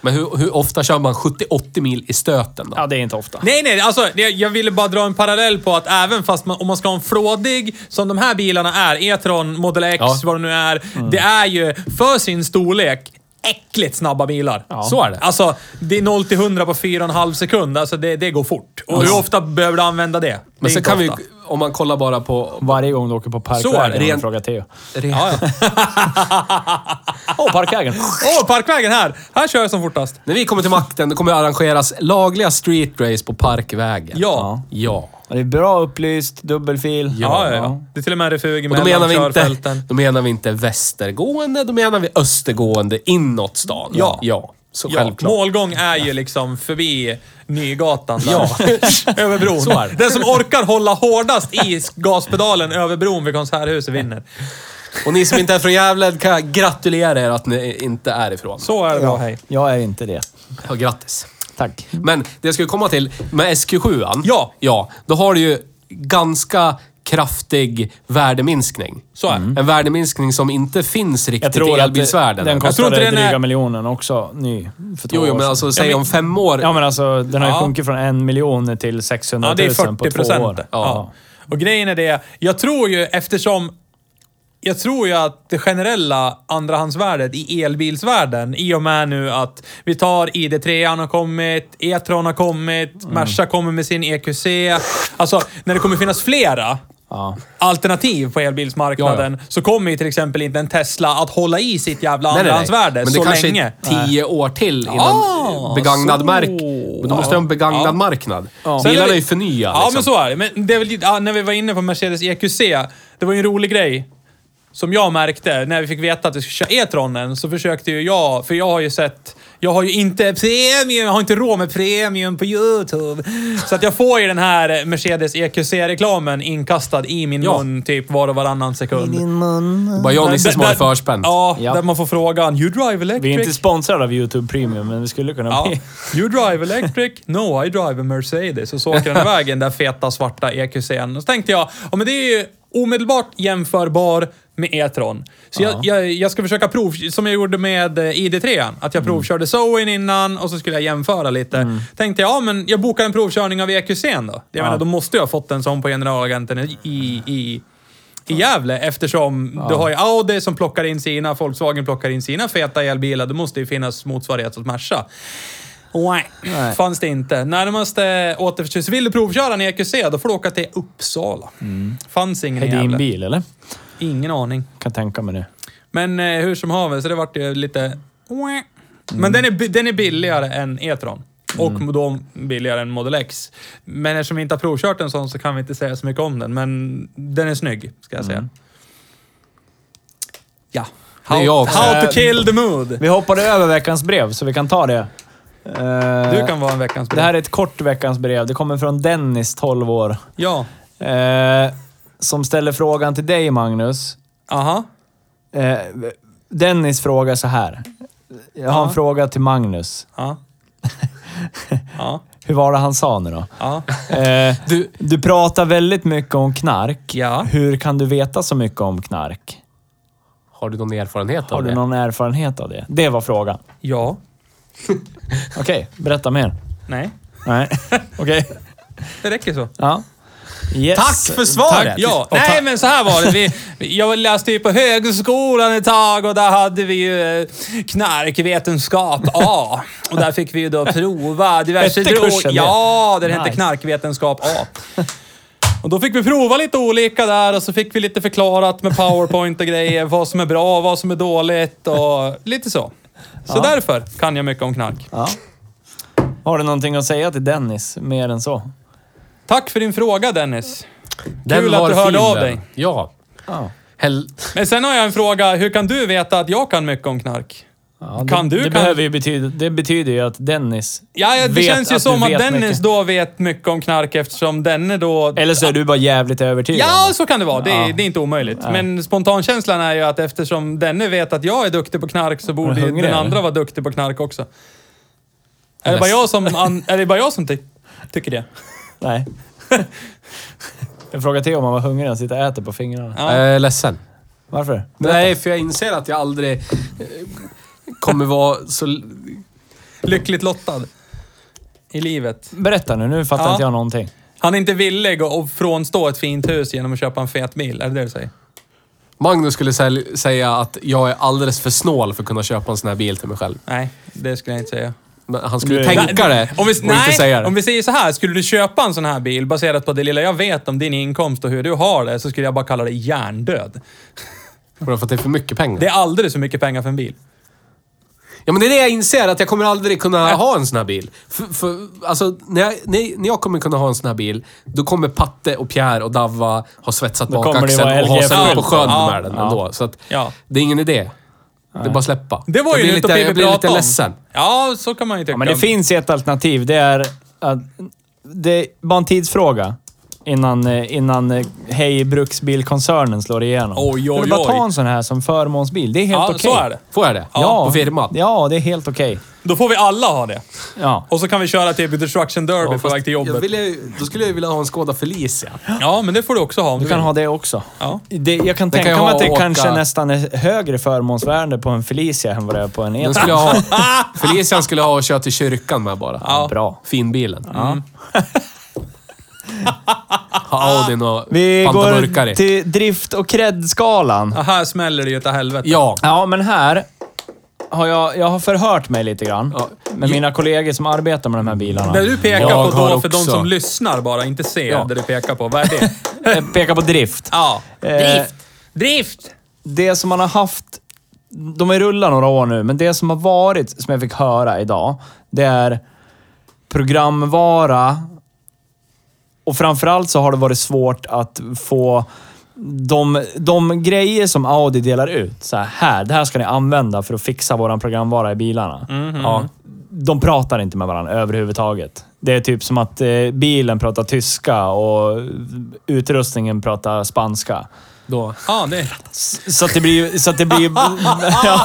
B: Men hur, hur ofta kör man 70-80 mil i stöten då?
A: det är inte ofta.
C: Nej, nej, alltså det- jag ville bara dra en parallell på att även fast man, om man ska ha en frådig, som de här bilarna är, E-tron, Model X,
B: Ja. Mm.
C: vad det nu är. Det är ju, för sin storlek, äckligt snabba bilar.
B: Så är det.
C: Alltså, det är 0 till 100 på 4,5 sekund. Alltså det, det går fort. Och hur ofta behöver du använda det?
B: Men
C: det är
B: sen
C: inte
B: kan vi,
C: ofta.
B: om man kollar bara på...
A: Varje gång du åker
C: Så
A: på
C: är det.
A: parkvägen och
B: Ren-
A: frågar Theo.
C: Ja, ja.
A: Åh, parkvägen!
C: Åh, parkvägen här! Här kör jag som fortast.
B: När vi kommer till makten, då kommer det arrangeras lagliga street race på Parkvägen.
C: Ja.
B: Ja.
A: Ja, Det är bra upplyst, dubbelfil.
C: Ja, ja, ja. Det är till och med refug
B: Och då
C: mellan
B: menar, vi inte,
C: körfälten.
B: då menar vi inte västergående, då menar vi östergående inåt stan.
C: Ja.
B: Ja, så
C: Ja,
B: självklart.
C: målgång är ju liksom förbi Nygatan där.
B: Ja.
C: över bron.
B: Så är det.
C: Den som orkar hålla hårdast i gaspedalen över bron vid Konserthuset vinner.
B: Och ni som inte är från Gävle kan jag gratulera er att ni inte är ifrån.
C: Så är det bra, hej.
A: Jag är inte det.
B: Ja, grattis.
A: Tack.
B: Men det jag skulle komma till med SQ7.
C: Ja.
B: ja. Då har du ju ganska kraftig värdeminskning. Mm.
C: Så är det.
B: En värdeminskning som inte finns riktigt i elbilsvärlden.
A: den
C: Jag tror
A: kostade
C: inte den är-
A: dryga miljonen också, ny. För två
B: Jo, jo,
A: år
B: men
A: sedan.
B: alltså säg om fem år.
A: Ja, men alltså den har ju
C: Ja.
A: sjunkit från en miljon till 600
C: Ja,
A: 000
C: det är
A: på
C: 40
A: två
C: procent.
A: år.
C: Ja.
B: Ja.
C: Och grejen är det, jag tror ju eftersom... Jag tror ju att det generella andrahandsvärdet i elbilsvärlden, i och med nu att vi tar ID3 an har kommit, E-tron har kommit, Merca kommer med sin EQC. Alltså, när det kommer finnas flera
A: Ja.
C: alternativ på elbilsmarknaden så kommer ju till exempel inte en Tesla att hålla i sitt jävla andrahandsvärde
B: Men det
C: så
B: kanske
C: länge.
B: är tio år till innan
C: Ah,
B: begagnad
C: så.
B: mark. Men då måste vi ha en begagnad marknad.
C: Sen
B: Bilarna
C: vi-
B: är ju förnyade.
C: Ja,
B: liksom.
C: men så är det. Men det är väl, ja, när vi var inne på Mercedes EQC, det var ju en rolig grej. Som jag märkte när vi fick veta att vi skulle köra E-tronen så försökte ju jag, för jag har ju sett jag har ju inte premium, jag har inte råd med premium på YouTube. Så att jag får ju den här Mercedes EQC-reklamen inkastad i min
B: Ja.
C: mun typ var och varannan sekund.
B: Bara jag och Nisse som har
C: Där-
B: det förspänt.
C: Ja,
A: Ja.
C: där man får frågan “You drive electric?”
A: Vi är inte sponsrade av YouTube Premium, men vi skulle kunna
C: Ja.
A: bli.
C: You drive electric? No, I drive a Mercedes. Och så åker den vägen, där feta svarta EQC'n. Och så tänkte jag, ja men det är ju omedelbart jämförbar med E-tron. Så jag, jag, jag ska försöka prov, som jag gjorde med eh, ID3. Att jag provkörde Zoen innan och så skulle jag jämföra lite. Tänkte jag, ja men jag bokar en provkörning av E EQC'n då. Jag menar, då måste jag ha fått en sån på generalagenten i, i, i i Gävle eftersom du har ju Audi som plockar in sina, Volkswagen plockar in sina feta elbilar. Det måste ju finnas motsvarighet åt Merca. Nej, fanns det inte. Närmaste återförsäljning. Vill du provköra en EQC, då får du åka till Uppsala. Fanns ingen i
A: Är det Mm. din
C: Gävle.
A: bil, eller?
C: Ingen aning.
A: Kan tänka mig det.
C: Men eh, hur som haver, så det vart ju lite...
A: Mm.
C: Men den är, bi- den är billigare än E-tron. Och
A: Mm.
C: då billigare än Model X. Men eftersom vi inte har provkört en sån så kan vi inte säga så mycket om den. Men den är snygg, ska jag säga.
A: Mm.
C: Ja.
B: Det är
C: How,
B: jag också.
C: how to kill the mood.
A: Vi hoppade över veckans brev, så vi kan ta det. Eh,
C: Du kan vara en veckans
A: Det
C: brev.
A: här är ett kort veckans brev. Det kommer från Dennis, 12 år.
C: Ja.
A: Eh, som ställer frågan till dig, Magnus.
C: Aha.
A: Eh, Dennis frågar så här. Jag har en
C: Ja.
A: fråga till Magnus.
C: Ja. Ja.
A: Hur var det han sa nu då?
C: Ja.
A: Eh,
B: Du,
A: du pratar väldigt mycket om knark.
C: Ja.
A: Hur kan du veta så mycket om knark?
B: har du någon erfarenhet
A: Har
B: av
A: du
B: det?
A: någon erfarenhet av det? Det var frågan.
C: Ja.
A: Okej, berätta mer.
C: Nej.
A: Nej, okej.
C: Det räcker så.
A: Ja. Yes.
B: Tack för svaret!
C: Tack, ja. Nej, men så här var det. Vi, jag läste ju på högskolan ett tag och där hade vi ju eh, knarkvetenskap A. Och där fick vi ju då prova diverse
A: Hette kursen det?
C: Ja, det hette
A: Nice.
C: knarkvetenskap A. Och då fick vi prova lite olika där och så fick vi lite förklarat med powerpoint och grejer. Vad som är bra, vad som är dåligt och lite så. Så därför kan jag mycket om knark.
A: Ja. Har du någonting att säga till Dennis mer än så?
C: Tack för din fråga Dennis.
B: Den
C: Kul att
B: var
C: du hörde
B: fin,
C: av
B: den.
C: dig.
B: Ja.
A: Ja.
B: Hell...
C: Men sen har jag en fråga. Hur kan du veta att jag kan mycket om knark?
A: Ja,
C: Kan du-
A: det, Det,
C: kan-
A: behöver ju betyda, det betyder ju att Dennis
C: Ja, ja, det
A: vet
C: känns ju
A: att
C: som
A: du
C: att
A: vet
C: Dennis
A: mycket.
C: då vet mycket om knark eftersom denne då...
A: Eller så är du bara jävligt övertygad.
C: Ja, så kan det vara. Det är,
A: Ja.
C: det är inte omöjligt. Men spontankänslan är ju att eftersom denne vet att jag är duktig på knark så borde ju
A: hungrig,
C: den
A: eller?
C: andra vara duktig på knark också. Är det
B: Yes.
C: bara jag som, an, är det bara jag som ty, tycker det?
A: Nej. Jag frågar till om han var hungrig. Han sitter och äter på fingrarna.
C: Ja.
B: Jag är eh, ledsen.
A: Varför?
B: Nej, för jag inser att jag aldrig eh, kommer vara så...
C: Lyckligt lottad. I livet.
A: Berätta nu. Nu fattar
C: Ja.
A: inte jag någonting.
C: Han är inte villig att- att frånstå ett fint hus genom att köpa en fet bil. Är det det du säger?
B: Magnus skulle sälj- säga att jag är alldeles för snål för att kunna köpa en sån här bil till mig själv.
C: Nej, det skulle jag inte säga.
B: Men han skulle
A: Nu-
B: tänka det
C: Om vi,
B: och
C: nej,
B: inte säga det.
C: om vi säger så här. Skulle du köpa en sån här bil baserat på det lilla jag vet om din inkomst och hur du har det så skulle jag bara kalla det hjärndöd.
B: Bara för att det är för mycket pengar.
C: Det är alldeles för mycket pengar för en bil.
B: Ja, men det är det jag inser, att jag kommer aldrig kunna ha en sån här bil. För, för, alltså, när, jag, när, när jag kommer kunna ha en sån här bil, då kommer Patte och Pierre och Davva ha svetsat
A: Då kommer det
B: bakaxeln
A: vara
B: och ha sig
A: LG
B: ut på
A: fullt.
B: sjön
C: Ja,
B: med den
A: ja.
B: ändå. Så att,
C: Ja.
B: det är ingen idé. Det är bara att släppa.
C: Det var
B: jag
C: ju
B: blir
C: lite,
B: lite, Jag
C: lite
B: blir lite
C: om.
B: ledsen.
C: Ja, så kan man ju tycka.
A: Ja, men det finns ett alternativ. Det är att... Det är bara en tidsfråga innan, eh, innan eh, Hej Bruksbilkoncernen slår igenom.
C: Oj, oj,
A: Det är bara att
C: oj.
A: ta en sån här som förmånsbil. Det är helt
C: Ja,
A: okej.
C: så är det.
B: Får jag det?
A: Ja,
B: På firman?
A: Ja, det är helt okej.
C: Då får vi alla ha det.
A: Ja.
C: Och så kan vi köra till Destruction Derby på
B: fast
C: väg till
B: Jag
C: jobbet.
B: ville, ju- då skulle jag ju vilja ha en Skoda Felicia.
C: Ja, men det får du också ha om du,
A: Du kan
C: vill.
A: ha det också.
C: Ja.
A: Det, jag kan
B: Den
A: tänka
B: kan ju
A: mig
B: ha
A: att det
B: åka-
A: kanske nästan är högre förmånsvärde på en Felicia än vad det är på en E
B: Den
A: E30.
B: skulle jag ha, Felician skulle jag ha och köra till kyrkan med bara.
A: Ja. Bra.
B: Finbilen. Mm. ha Audin och
A: Vi
B: panta burkar i.
A: går till drift och kreddskalan.
C: Ja, här smäller det ju utav helvete.
B: Ja.
A: Ja, men här har jag, jag har förhört mig lite grann
B: Ja.
A: med mina kollegor som arbetar med de här bilarna.
C: Det du pekar
B: Jag
C: på då,
B: har
C: för de
B: också-
C: som lyssnar bara, inte ser
B: Ja.
C: det du pekar på. Vad är det?
A: Jag Eh, pekar på drift.
C: ja. Eh,
A: Drift.
C: Drift!
A: Det som man har haft... De är rullat några år nu, men det som har varit, som jag fick höra idag, det är programvara och framförallt så har det varit svårt att få de, de grejer som Audi delar ut. Så här, här, det här ska ni använda för att fixa våran programvara i bilarna. ja, de pratar inte med varandra överhuvudtaget. Det är typ som att eh, bilen pratar tyska och eh, utrustningen pratar spanska.
B: Då.
C: Ja, det...
A: Så att det blir ju- så att det blir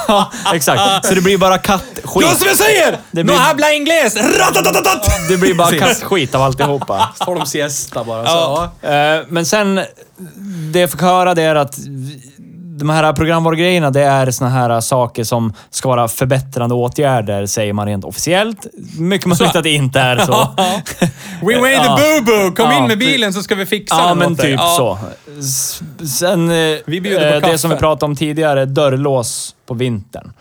A: ja, exakt. Så det blir bara kattskit.
C: Ja, som jag säger!
A: Det
C: No
A: blir-
C: habla ingles! Ratatatatat!
A: Det blir bara kattskit av alltihopa.
B: Får de siesta bara. Så,
C: Ja.
A: Eh, Men sen, det jag fick höra det är att de här programvarugrejerna, det är såna här saker som ska vara förbättrande åtgärder, säger man rent officiellt. Mycket möjligt att det inte är så.
C: We made
A: Ja.
C: a boo-boo! Kom
A: Ja,
C: in med
A: ty-
C: bilen så ska vi fixa
A: Ja,
C: den
A: men
C: åt dig.
A: typ
C: Ja.
A: så. S- Sen, eh,
C: Vi bjuder på
A: eh,
C: kaffe.
A: det som vi pratade om tidigare, dörrlås på vintern.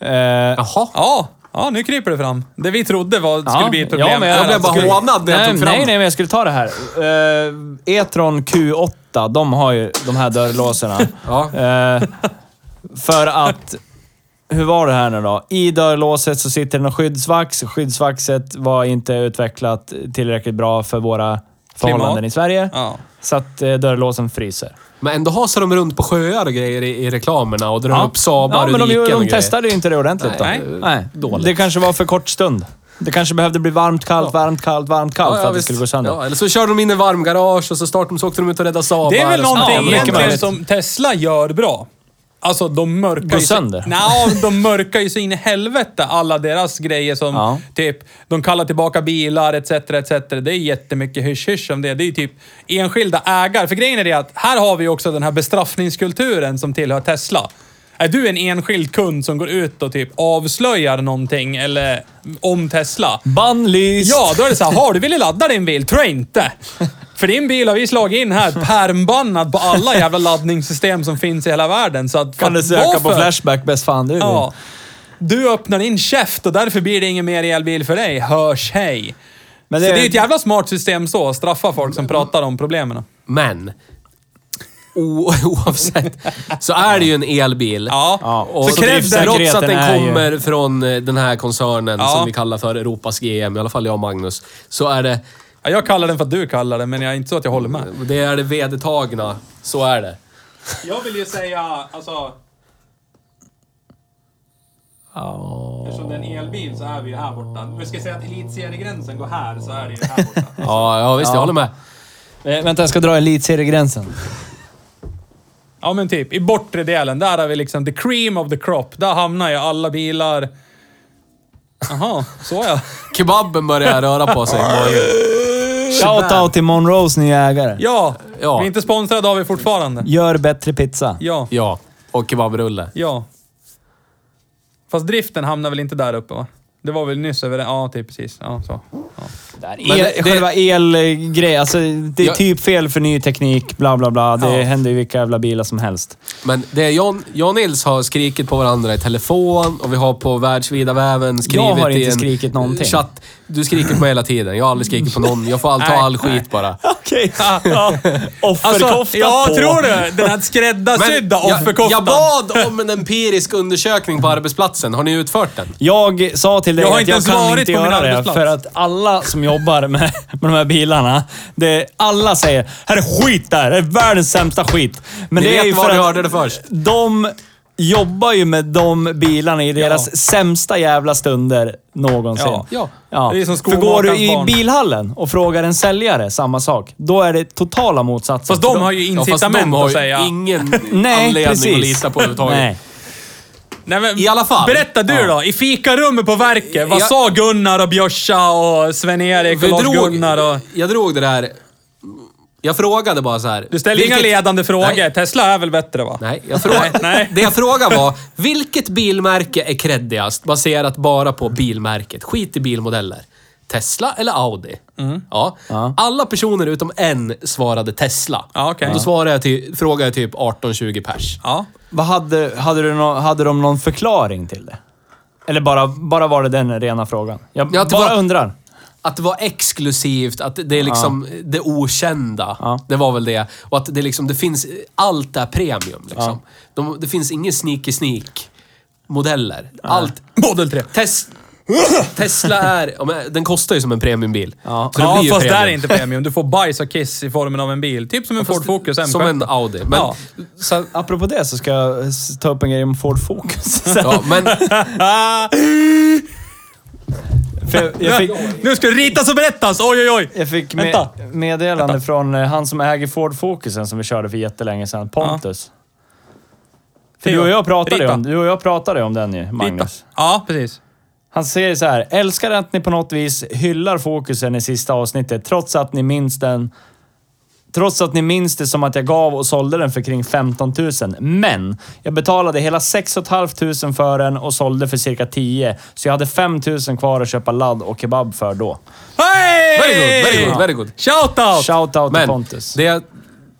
A: Eh,
B: Jaha.
C: Ja. ja, nu kryper det fram. Det vi trodde var, skulle bli ett problem.
A: Ja, men
C: är
A: jag
C: att
A: blev
C: det
A: bara
C: skulle-
B: hånad när jag
A: nej,
B: tog fram
A: nej,
B: den.
A: nej, men jag skulle ta det här. Eh, E-tron Q8, de har ju de här dörrlåserna.
B: Ja.
A: Eh, för att... Hur var det här nu då? I dörrlåset så sitter det en skyddsvax. Skyddsvaxet var inte utvecklat tillräckligt bra för våra förhållanden i Sverige.
C: Ja.
A: Så att eh, dörrlåsen fryser.
B: Men ändå hasar de runt på sjöar och grejer i, i reklamerna och drar upp Sabar
A: ja, men
B: och
A: de,
B: diken
A: gjorde-
B: och
A: de
B: grejer.
A: testade ju inte det ordentligt
B: Nej,
A: då.
B: eh,
A: Nej.
B: dåligt.
A: Det kanske var för kort stund. Det kanske behövde bli varmt, kallt, varmt, kallt, varmt, kallt för att det
B: visst.
A: skulle gå sönder.
B: Ja, eller så körde de in i varmgarage och så startade de, så åkte de ut och räddade Sabar.
C: Det är väl
B: och så-
C: någonting
A: mycket
C: egentligen
A: möjligt.
C: som Tesla gör bra. Alltså de mörkar
A: Går
C: ju
A: sönder.
C: Nej, de mörkar ju så in i helvete alla deras grejer som
A: Ja.
C: typ, de kallar tillbaka bilar etc. etc. Det är jättemycket hysch-hysch om det. Det är ju typ enskilda ägare. För grejen är det att här har vi ju också den här bestraffningskulturen som tillhör Tesla. Är du en enskild kund som går ut och typ avslöjar någonting eller om Tesla?
A: Bannlyst!
C: Ja, då är det så här, har du velat ladda din bil? Tror jag inte. För din bil har vi slagit in här, pärmbannad på alla jävla laddningssystem som finns i hela världen. Så att,
A: Kan du söka på
C: varför?
A: Flashback bäst fan du vill.
C: Ja. Du öppnar din käft och därför blir det ingen mer elbil för dig. Hörs hej.
A: Men
C: så
A: det-
C: det är ett jävla smart system så, att straffa folk som pratar om problemen.
B: Men o- oavsett så är det ju en elbil.
C: Ja.
B: Och
C: Så
B: så
C: kräv den.
B: trots att
A: är
B: den
A: ju-
B: kommer från eh, den här koncernen
C: Ja.
B: som vi kallar för Europas GM, i alla fall jag och Magnus, så är det,
C: Ja, Jag kallar den för att du kallar den, men jag är inte så att jag håller med.
B: det, är det vedertagna. Så är det.
C: Jag vill ju säga, alltså... Eftersom det är en elbil så är vi ju här borta. Om vi ska säga att elitseriegränsen går här så är det ju här borta.
B: Ja, ja visst, jag håller med.
A: Eh, vänta, jag ska dra elitseriegränsen.
C: ja men typ, i bortre delen, där har vi liksom the cream of the crop. Där hamnar ju alla bilar. Jaha, så ja.
B: Kebaben börjar röra på sig.
A: Shoutout till Monroes nya ägare.
C: Ja,
B: Ja.
C: vi är inte sponsrade av er fortfarande.
A: Gör bättre pizza.
C: Ja,
B: Ja, och kebabrulle.
C: ja. Fast driften hamnar väl inte där uppe va? Det var väl nyss över Ja, typ precis. Ja, så. Ja.
A: Men
B: det- det-
A: el, själva elgrej, alltså det är
B: Jag-
A: typ fel för ny teknik, bla bla bla. Det
C: Ja.
A: händer ju vilka jävla bilar som helst.
B: Men det John, John Nils har skrikit på varandra i telefon och vi har på världsvida väven skrivit
A: Jag har
B: i
A: inte
B: en
A: skrikit någonting.
B: Chatt. Du skriker på mig hela tiden. Jag har aldrig skrikit på någon. Jag får all, ta
C: Nej,
B: all skit bara.
A: Okej. Offerkofta
C: Alltså, ja,
A: på.
C: tror du? Den här
B: Men
C: skräddarsydda
B: jag,
C: offerkoftan.
B: jag bad om en empirisk undersökning på arbetsplatsen. Har ni utfört den?
A: Jag sa till dig
C: Jag har
A: att
C: inte
A: jag
C: ens
A: kan
C: varit
A: inte
C: på min
A: göra det,
C: arbetsplats.
A: för att alla som jobbar med, med de här bilarna, det, alla säger här är skit där, det är världens sämsta skit. Men
B: Ni
A: det är ju
B: vet
A: för
B: var du
A: att
B: hörde det först.
A: de jobbar ju med de bilarna i deras sämsta jävla stunder någonsin.
C: Ja. Ja. Det är som
A: för går du
C: skomakarens
A: i
C: barn.
A: bilhallen och frågar en säljare samma sak, då är det totala motsatsen.
C: Fast
A: För
C: de har ju
B: Ja, fast
C: incitament
B: de har
C: att
B: ju
C: säga.
B: ingen
A: Nej,
B: anledning
A: precis.
B: att lita på överhuvudtaget.
A: Nej.
C: Nej, men,
B: I alla fall.
C: Berätta du då, i fikarummet på verket, vad
B: Jag-
C: sa Gunnar och Björsa och Sven-Erik och
B: Jag drog,
C: Lars-Gunnar? Och...
B: jag drog det där... Jag frågade bara så här.
C: Du ställde inga
B: vilket-
C: ledande frågor.
B: Nej.
C: Tesla är väl bättre va?
B: Nej, jag frågade,
C: Nej, nej.
B: det jag frågade var vilket bilmärke är creddigast baserat bara på bilmärket? Skit i bilmodeller. Tesla eller Audi?
C: Mm.
B: Ja. Alla personer utom en svarade Tesla.
C: Ja, okej.
B: Och Då svarade jag till, frågade jag typ 18-20 pers.
C: Ja.
A: Vad hade, hade, du nå- hade de någon förklaring till det? Eller bara, bara var det den rena frågan? Jag
B: Ja, det
A: bara
B: var-
A: undrar.
B: Att det var exklusivt, att det är liksom det okända.
A: Ja.
B: Det var väl det. Och att det, liksom, det finns... Allt är premium. Liksom. De, det finns ingen sneaky sneak modeller. Allt
C: Model 3.
B: Tes Tesla är... ja, men Den kostar ju som en premiumbil.
A: Ja.
B: det
C: Ja,
B: blir ju
C: fast
B: premium.
C: där är inte premium. Du får bajs och kiss i formen av en bil. Typ som en Ford Focus M5.
B: Som en Audi. Men,
C: Ja.
B: så,
A: Apropå det så ska jag s- ta upp en grej om Ford Focus. Sen-
B: ja, men
A: För jag, jag fick,
C: Nu ska det ritas och berättas! Oj, oj, oj!
A: jag fick med,
C: Vänta.
A: meddelande från eh, han som äger Ford Focusen som vi körde för jättelänge sedan, Pontus. För du och, jag pratade ju
C: Rita.
A: om, du och jag pratade ju om den ju, Magnus.
C: Ja, precis.
A: Han säger så här. Älskar att ni på något vis hyllar fokusen i sista avsnittet trots att ni minns den... Trots att ni minns det som att jag gav och sålde den för kring 15 000. Men jag betalade hela 6 500 för den och sålde för cirka 10. Så jag hade 5 000 kvar att köpa ladd och kebab för då.
C: Hej!
B: very good, very good, very good.
C: Shoutout!
A: Shoutout till
B: Men
A: Pontus.
B: det,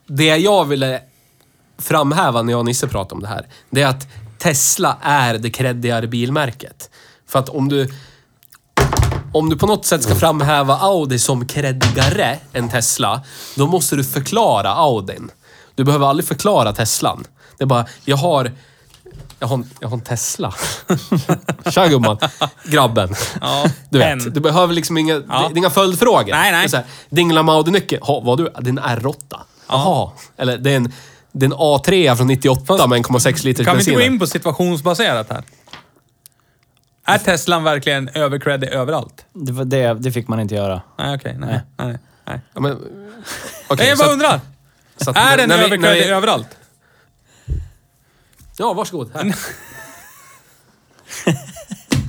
B: det jag ville framhäva när jag och Nisse pratade om det här, det är att Tesla är det creddigare bilmärket. För att om du... Om du på något sätt ska framhäva Audi som creddigare än Tesla, då måste du förklara Audin. Du behöver aldrig förklara Teslan. Det är bara, jag har Jag har, en- jag har en Tesla. Tja gumman. Grabben.
C: Ja,
B: Du vet,
C: en.
B: du behöver liksom inga, det är inga följdfrågor.
C: Nej, nej.
B: Det är så här, Dingla Maudi-nyckel. Ha, vad du? Det är en R8. Jaha. Eller det är en, det är en A3 från 98 med 1,6 liters
C: Kan vi inte
B: bensin.
C: gå in på situationsbaserat här? Är Teslan verkligen övercreddig överallt?
A: Det, var det, det fick man inte göra.
C: Nej, okej. nej, nej. nej.
B: Ja, men,
C: Nej,
B: okej,
C: jag
B: så
C: bara
B: att-
C: undrar.
B: så att-
C: Är den
B: när vi- när vi-
C: övercreddig överallt?
B: Ja, varsågod. Här.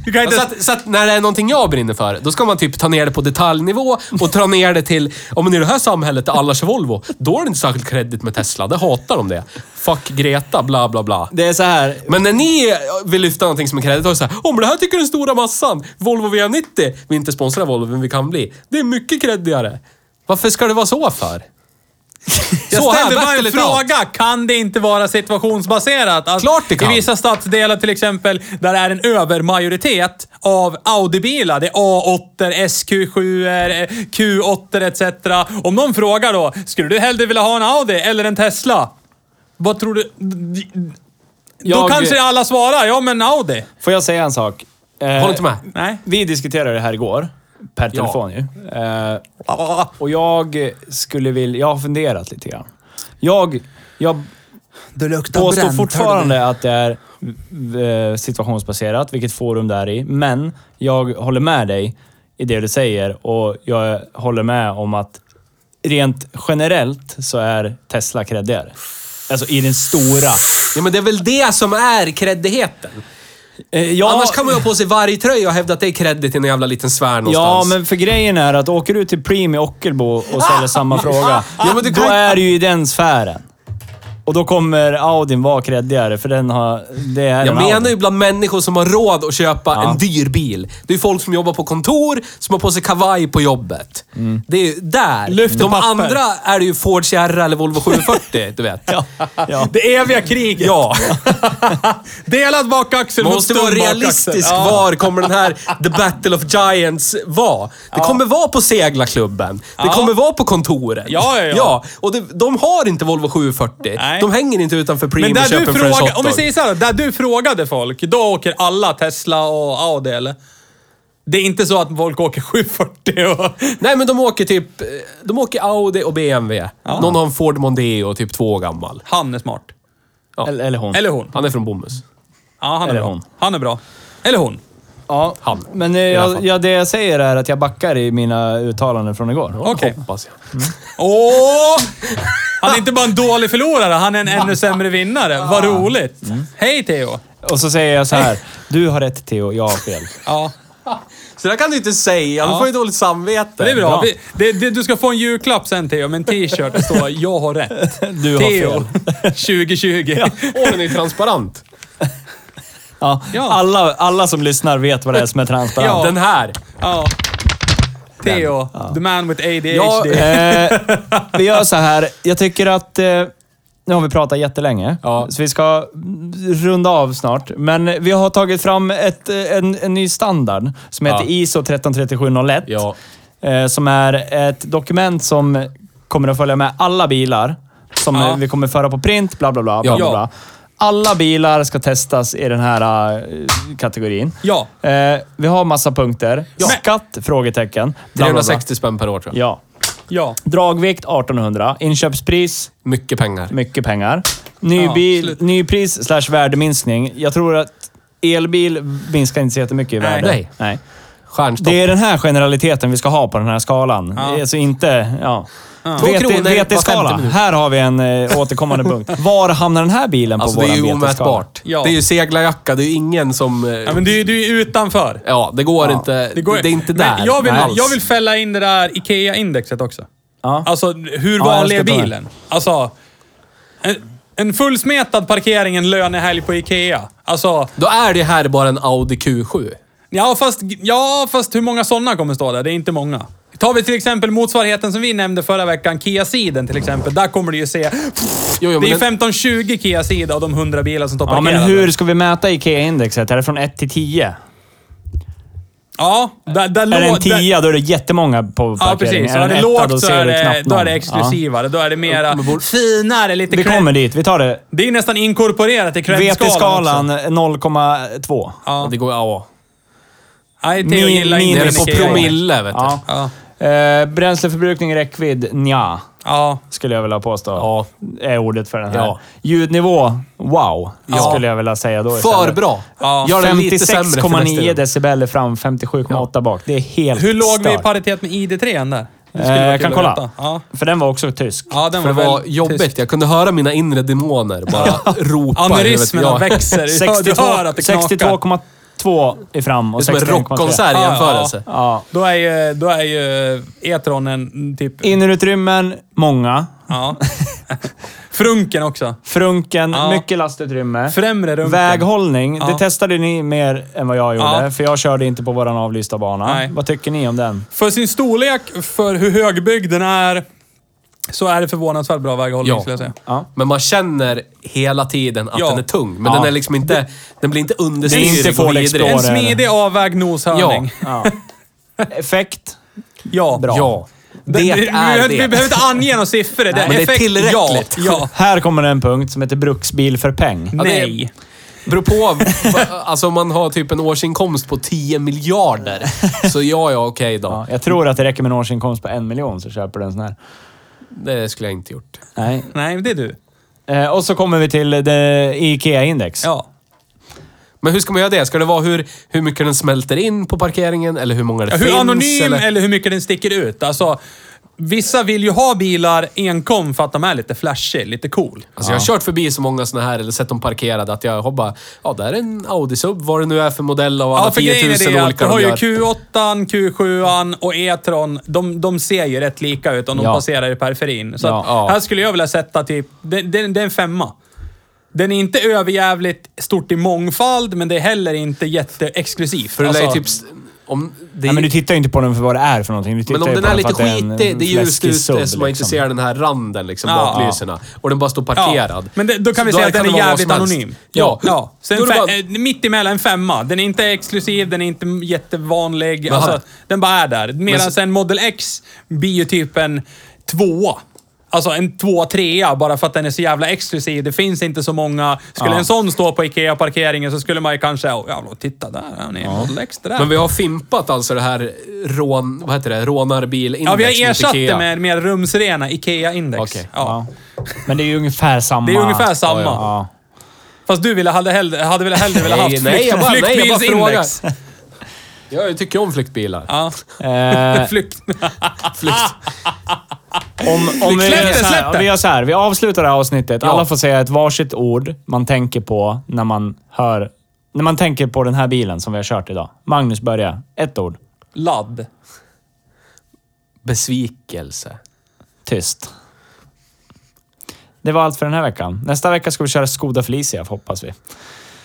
C: Du kan inte...
B: Så att, så att när det är någonting jag brinner för, då ska man typ ta ner det på detaljnivå och ta ner det till, om man i det här samhället är alla kör Volvo, då är det inte särskilt kreddigt med Tesla. Det hatar de det. Fuck Greta, bla bla bla.
A: Det är så här.
B: Men när ni vill lyfta någonting som är kreddigt, då är det såhär, om det här tycker den stora massan, Volvo V90, vi är inte sponsrar Volvo, men vi kan bli. Det är mycket kreddigare. Varför ska det vara så för?
C: Jag
B: så här,
C: ställde bara en
B: battle it out.
C: fråga. Kan det inte vara situationsbaserat? Att
B: Klart det kan.
C: I vissa stadsdelar till exempel, där det är en övermajoritet av Audi-bilar. Det är A8, SQ7, eh, Q8 etc. Om någon frågar då, skulle du hellre vilja ha en Audi eller en Tesla? Vad tror du? Då
A: Jag-
C: kanske alla svarar, ja men Audi.
A: Får jag säga en sak? Eh,
B: Håll inte med.
C: Nej.
A: Vi diskuterade det här igår. Per
B: Ja.
A: telefon ju. Eh, och jag skulle vilja... Jag har funderat lite grann. Jag, jag
C: Du luktar
A: påstår fortfarande att det är eh, situationsbaserat, vilket forum det är i. Men jag håller med dig i det du säger och jag håller med om att rent generellt så är Tesla kreddigare. Alltså i den stora.
B: Ja men det är väl det som är kreddigheten.
A: Eh, ja,
B: Annars kan man ju ha på sig varje tröja och hävda att det är kreddigt i en jävla liten sfär
A: Ja,
B: någonstans.
A: men för grejen är att åker du till Preem i Ockelbo och ställer samma fråga,
B: Ja, men du
A: då
B: kan-
A: är du ju i den sfären. Och då kommer Audin vara kreddigare, för den har... Det är
B: Jag
A: en Audi.
B: menar ju bland människor som har råd att köpa
A: Ja.
B: en dyr bil. Det är ju folk som jobbar på kontor, som har på sig kavaj på jobbet.
C: Mm.
B: Det är ju där.
C: Lyft
B: De
C: papper.
B: andra är det ju Ford Sierra eller Volvo 740, du vet.
A: Ja.
C: Det eviga kriget.
B: Ja,
C: Delad bakaxel
B: man
C: mot
B: måste
C: stum
B: vara
C: bakaxel.
B: realistisk.
C: Ja.
B: Var kommer den här The Battle of Giants vara? Det kommer vara på seglarklubben. Det
C: Ja.
B: kommer vara på kontoret.
C: Ja, ja, ja.
B: och det, de har inte Volvo 740.
C: Nej.
B: De hänger inte utanför
C: Men
B: Preem och
C: där
B: köper
C: du,
B: en French
C: fråga, om vi
B: hotdog.
C: säger så här, där du frågade folk, då åker alla Tesla och Audi eller? Det är inte så att folk åker 740 och...
B: Nej, men de åker typ... eh, De åker Audi och BMW. Någon har en Ford Mondeo, typ två år gammal.
C: Han är smart.
A: Eller, eller hon.
C: Eller hon.
B: Han är från Bomhus.
C: Ja, han är
A: Eller
C: bra.
A: hon.
C: Han är bra. Eller hon.
A: ja.
B: Han.
A: Men eh,
B: alla
A: jag,
B: fall.
A: ja, det jag säger är att jag backar i mina uttalanden från igår.
C: Okej.
B: Hoppas jag.
C: Åh! Han är inte bara en dålig förlorare, han är en ännu sämre vinnare. Vad roligt!
A: Mm.
C: Hej Theo!
A: Och så säger jag så här. Du har rätt Theo, jag har fel.
C: Ja,
B: Så det kan du inte säga.
C: Ja.
B: Du får ju dåligt samvete.
C: det är bra.
A: Bra.
C: Vi, det, det, du ska få en julklapp sen Theo, med en t-shirt där det står “Jag har rätt”.
A: Du har
C: Theo
A: fel.
C: 2020.
B: Åh, den är ju transparent.
A: Ja.
C: Ja.
A: Alla, alla som lyssnar vet vad det är som är transparent.
C: Ja.
B: Den här.
C: Ja. Theo, the man with ADHD.
B: Ja,
A: Eh, vi gör så här. Jag tycker att... Eh, nu har vi pratat jättelänge,
B: Ja.
A: så vi ska runda av snart. Men vi har tagit fram ett, eh, en, en ny standard som heter
B: Ja.
A: ISO 133701.
B: Ja.
A: Eh, som är ett dokument som kommer att följa med alla bilar som
C: Ja.
A: eh, vi kommer föra på print, bla bla bla. bla,
B: Ja.
A: bla, bla. Alla bilar ska testas i den här eh, kategorin.
C: Ja.
A: Eh, vi har massa punkter. Skatt? Frågetecken. Bla, bla, bla.
B: 360 spänn per år tror jag.
A: Ja.
C: ja.
A: Dragvikt 1800. Inköpspris,
B: Mycket pengar.
A: mycket pengar. Ny
C: Ja,
A: bil,
C: slut.
A: nypris slash värdeminskning. Jag tror att elbil minskar inte så jättemycket i värde.
B: nej.
A: nej.
B: Stjärnstopp.
A: Det är den här generaliteten vi ska ha på den här skalan.
C: Ja.
A: Alltså inte... Ja.
B: Två kronor var femte
A: VT-skala.
B: minut.
A: Här har vi en eh, återkommande punkt. Var hamnar den här bilen
B: Alltså
A: på
B: det
A: våran
B: är ju
A: VT-skala?
B: omätbart.
C: Ja.
B: Det är ju seglarjacka. Det är ju ingen som... eh,
C: Ja, men du, du är ju utanför.
B: Ja, det går inte. Det,
C: går-
B: är inte
C: Men
B: där
C: Jag vill,
B: alls.
C: jag vill fälla in det där IKEA-indexet också.
A: Ja.
C: Alltså, hur
A: Ja,
C: vanlig är
A: jag ska ta det.
C: bilen? Alltså, en, en fullsmetad parkering en lönehelg på IKEA. Alltså,
B: Då är det här bara en Audi Q7.
C: ja fast, ja, fast hur många sådana kommer stå där? Det är inte många. Tar vi till exempel motsvarigheten som vi nämnde förra veckan, Kia-siden till exempel. Där kommer du ju se...
B: Jo, jo,
C: Det är
B: men den-
C: 15-20 Kia-sida av de 100 bilar som står
A: Ja,
C: parkerade.
A: men hur ska vi mäta IKEA-indexet? Är det från 1 till 10?
C: Ja, där, där
A: Är det en
C: låg- där-
A: tia, då är det jättemånga på
C: Ja,
A: parkeringen.
C: precis. Är
A: den
C: det
A: etta, då
C: lågt så
A: ser
C: är
A: du
C: det,
A: knappt
C: då är
A: någon.
C: det
A: Ja.
C: exklusivare. Då är det mera finare, lite
A: Vi
C: cred-
A: kommer dit. Vi tar det.
C: Det är ju nästan inkorporerat i credskalan.
A: VT-skalan 0,2.
B: Ja. Det går, ja.
C: Nej, Theo
A: Min-
C: gillar
A: min-
C: inte
B: Det är
A: Minus
B: på
A: grejer.
B: promille, vet du.
A: Ja.
B: Ja.
C: Ja.
A: Eh, bränsleförbrukning, räckvidd, nja,
C: Ja.
A: skulle jag vilja påstå.
B: Ja.
A: Är ordet för den här.
B: Ja.
A: Ljudnivå, wow,
C: Ja.
A: skulle jag vilja säga då
B: För
A: istället.
B: bra!
C: Ja.
B: Gör den lite sämre för nästa
A: 56,9
B: gång.
A: decibel är fram, 57,8 bak. Det är helt
C: Hur låg vi i
A: stört.
C: paritet med ID3 där? Det skulle
A: Eh,
C: vara
A: jag
C: kul
A: kan
C: att
A: kolla.
C: veta. Ja.
A: För den var också tysk.
C: ja, den
B: För det
C: var,
B: var
C: väl
B: jobbigt.
C: tyst.
B: Jag kunde höra mina inre demoner bara ropa.
C: Aneurysmerna växer. Du hör- Du
A: 62
C: hör att det knakar.
A: 62,2 i fram och
B: Det är som en
A: 61,3.
B: rockkonsert i
C: Ja, ja.
B: jämförelse.
A: Ja.
C: Då är ju, då är ju eh, E-tronen typ...
A: Innerutrymmen, många.
C: Ja. Frunken också.
A: Frunken,
C: Ja.
A: mycket lastutrymme.
C: Främre rumpen.
A: Väghållning, det
C: Ja.
A: testade ni mer än vad jag gjorde,
C: Ja.
A: för jag körde inte på våran avlysta bana.
C: Nej.
A: Vad tycker ni om den?
C: För sin storlek, för hur högbyggd den är, så är det förvånansvärt bra väghållning
B: Ja.
C: skulle jag säga.
A: Ja.
B: Men man känner hela tiden att
C: Ja.
B: den är tung. Men
A: Ja.
B: den är liksom inte... Den blir inte understyrig
A: Det är inte Ford
B: och
A: Explorer.
B: vidrig.
C: En
A: det är det.
C: smidig avvägd noshörning.
A: Ja. Effekt,
C: Ja.
A: bra.
B: Ja.
C: Det,
B: Det
C: vi,
B: är
C: behöver, vi behöver
B: det.
C: inte ange några siffror. det,
B: men det är
C: effekt-
B: tillräckligt.
C: Ja,
A: Här kommer en punkt som heter bruksbil för peng.
C: ja.
B: Ja, det är-
C: Nej.
B: Beror på. Alltså om man har typ en årsinkomst på 10 miljarder. Så ja, ja, okej då.
A: Ja, jag tror att det räcker med en årsinkomst på en miljon så köper du en sån här.
B: Det skulle jag inte gjort.
A: Nej.
C: Nej, men det är du.
A: Eh, och så kommer vi till det IKEA-index.
C: Ja.
B: Men hur ska man göra det? Ska det vara hur, hur mycket den smälter in på parkeringen eller hur många det
C: Ja,
B: finns?
C: Hur anonym eller?
B: eller?
C: hur mycket den sticker ut. Alltså, vissa vill ju ha bilar enkom för att de är lite flashig, lite cool.
B: Alltså jag har kört förbi så många såna här, eller sett dem parkerade, att jag har bara... Ja, där är en Audi Sub, vad det nu är för modell och alla
C: Ja, för grejen
B: 10
C: är det
B: 000
C: att du
B: olika
C: har
B: de
C: ju
B: gör.
C: Q8, Q7 och E-tron. De, de ser ju rätt lika ut om de
A: Ja.
C: passerar i periferin. Så
A: Ja.
C: att,
B: Ja.
C: här skulle jag vilja sätta typ... Det, det, det är en femma. Den är inte överjävligt stort i mångfald, men det är heller inte jätteexklusivt.
B: För det lär ju
C: Alltså,
B: typ... s- Om det
A: Nej, men du tittar ju inte på den för vad det är för någonting. Du tittar
B: Men om
A: ju
B: den
A: på
B: är
A: för
B: lite
A: att en
B: skitig, det är ljust
A: fläskig
B: ute
A: sub,
B: så man inte
A: liksom.
B: ser den här randen liksom,
C: Ja.
B: baklyserna. Och den bara står parkerad.
C: Men det, då kan vi
B: Så
C: säga att
B: där
C: den är
B: kan det vara
C: jävligt
B: vad som helst.
C: anonym.
B: Ja.
C: ja.
B: Då
C: Sen
B: är det
C: fe-
B: bara-
C: eh, mitt emellan en femma. Den är inte exklusiv, den är inte jättevanlig. Alltså,
B: Aha.
C: den bara är där. Medan en Model X blir ju typ en tvåa. Alltså en tvåa, trea bara för att den är så jävla exklusiv. Det finns inte så många. Skulle
A: Ja.
C: en sån stå på IKEA-parkeringen så skulle man ju kanske... Oh, jävlar, titta där. Han är en Model X det där.
B: Men vi har fimpat alltså det här rån... Vad heter det? Rånarbilindex
C: ja, vi
B: mot
C: har ersatt
B: Ikea.
C: det med mer rumsrena IKEA-index.
B: Okej.
C: Ja.
A: Ja. Men det är ju ungefär samma.
C: Det är ungefär samma.
A: Ja.
C: Fast du ville, hade, hellre, hade väl hellre velat haft
B: Nej, nej, jag bara- nej, jag bara
C: flyktbilsindex?
B: Ja, jag tycker om flyktbilar.
C: Ja.
A: Eh,
C: Flykt.
B: Flykt.
A: om, om vi,
C: Släpp
A: gör
C: det,
A: så
C: släpp
A: här,
C: det.
A: vi gör så här, vi avslutar det här avsnittet.
B: Ja.
A: Alla får säga ett varsitt ord man tänker på när man hör... När man tänker på den här bilen som vi har kört idag. Magnus, börja. Ett ord.
C: Ladd.
B: Besvikelse.
A: Tyst. Det var allt för den här veckan. Nästa vecka ska vi köra Skoda Felicia, hoppas vi.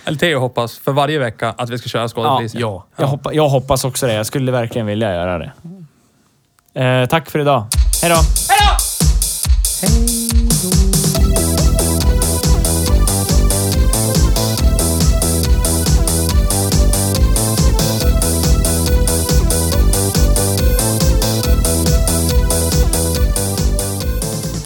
C: Eller Theo hoppas för varje vecka att vi ska köra skådespelisen.
B: Ja.
A: Jag, hoppa, jag hoppas också det. Jag skulle verkligen vilja göra det. Eh, tack för idag. Hej då!
C: Hej då!
A: Hej!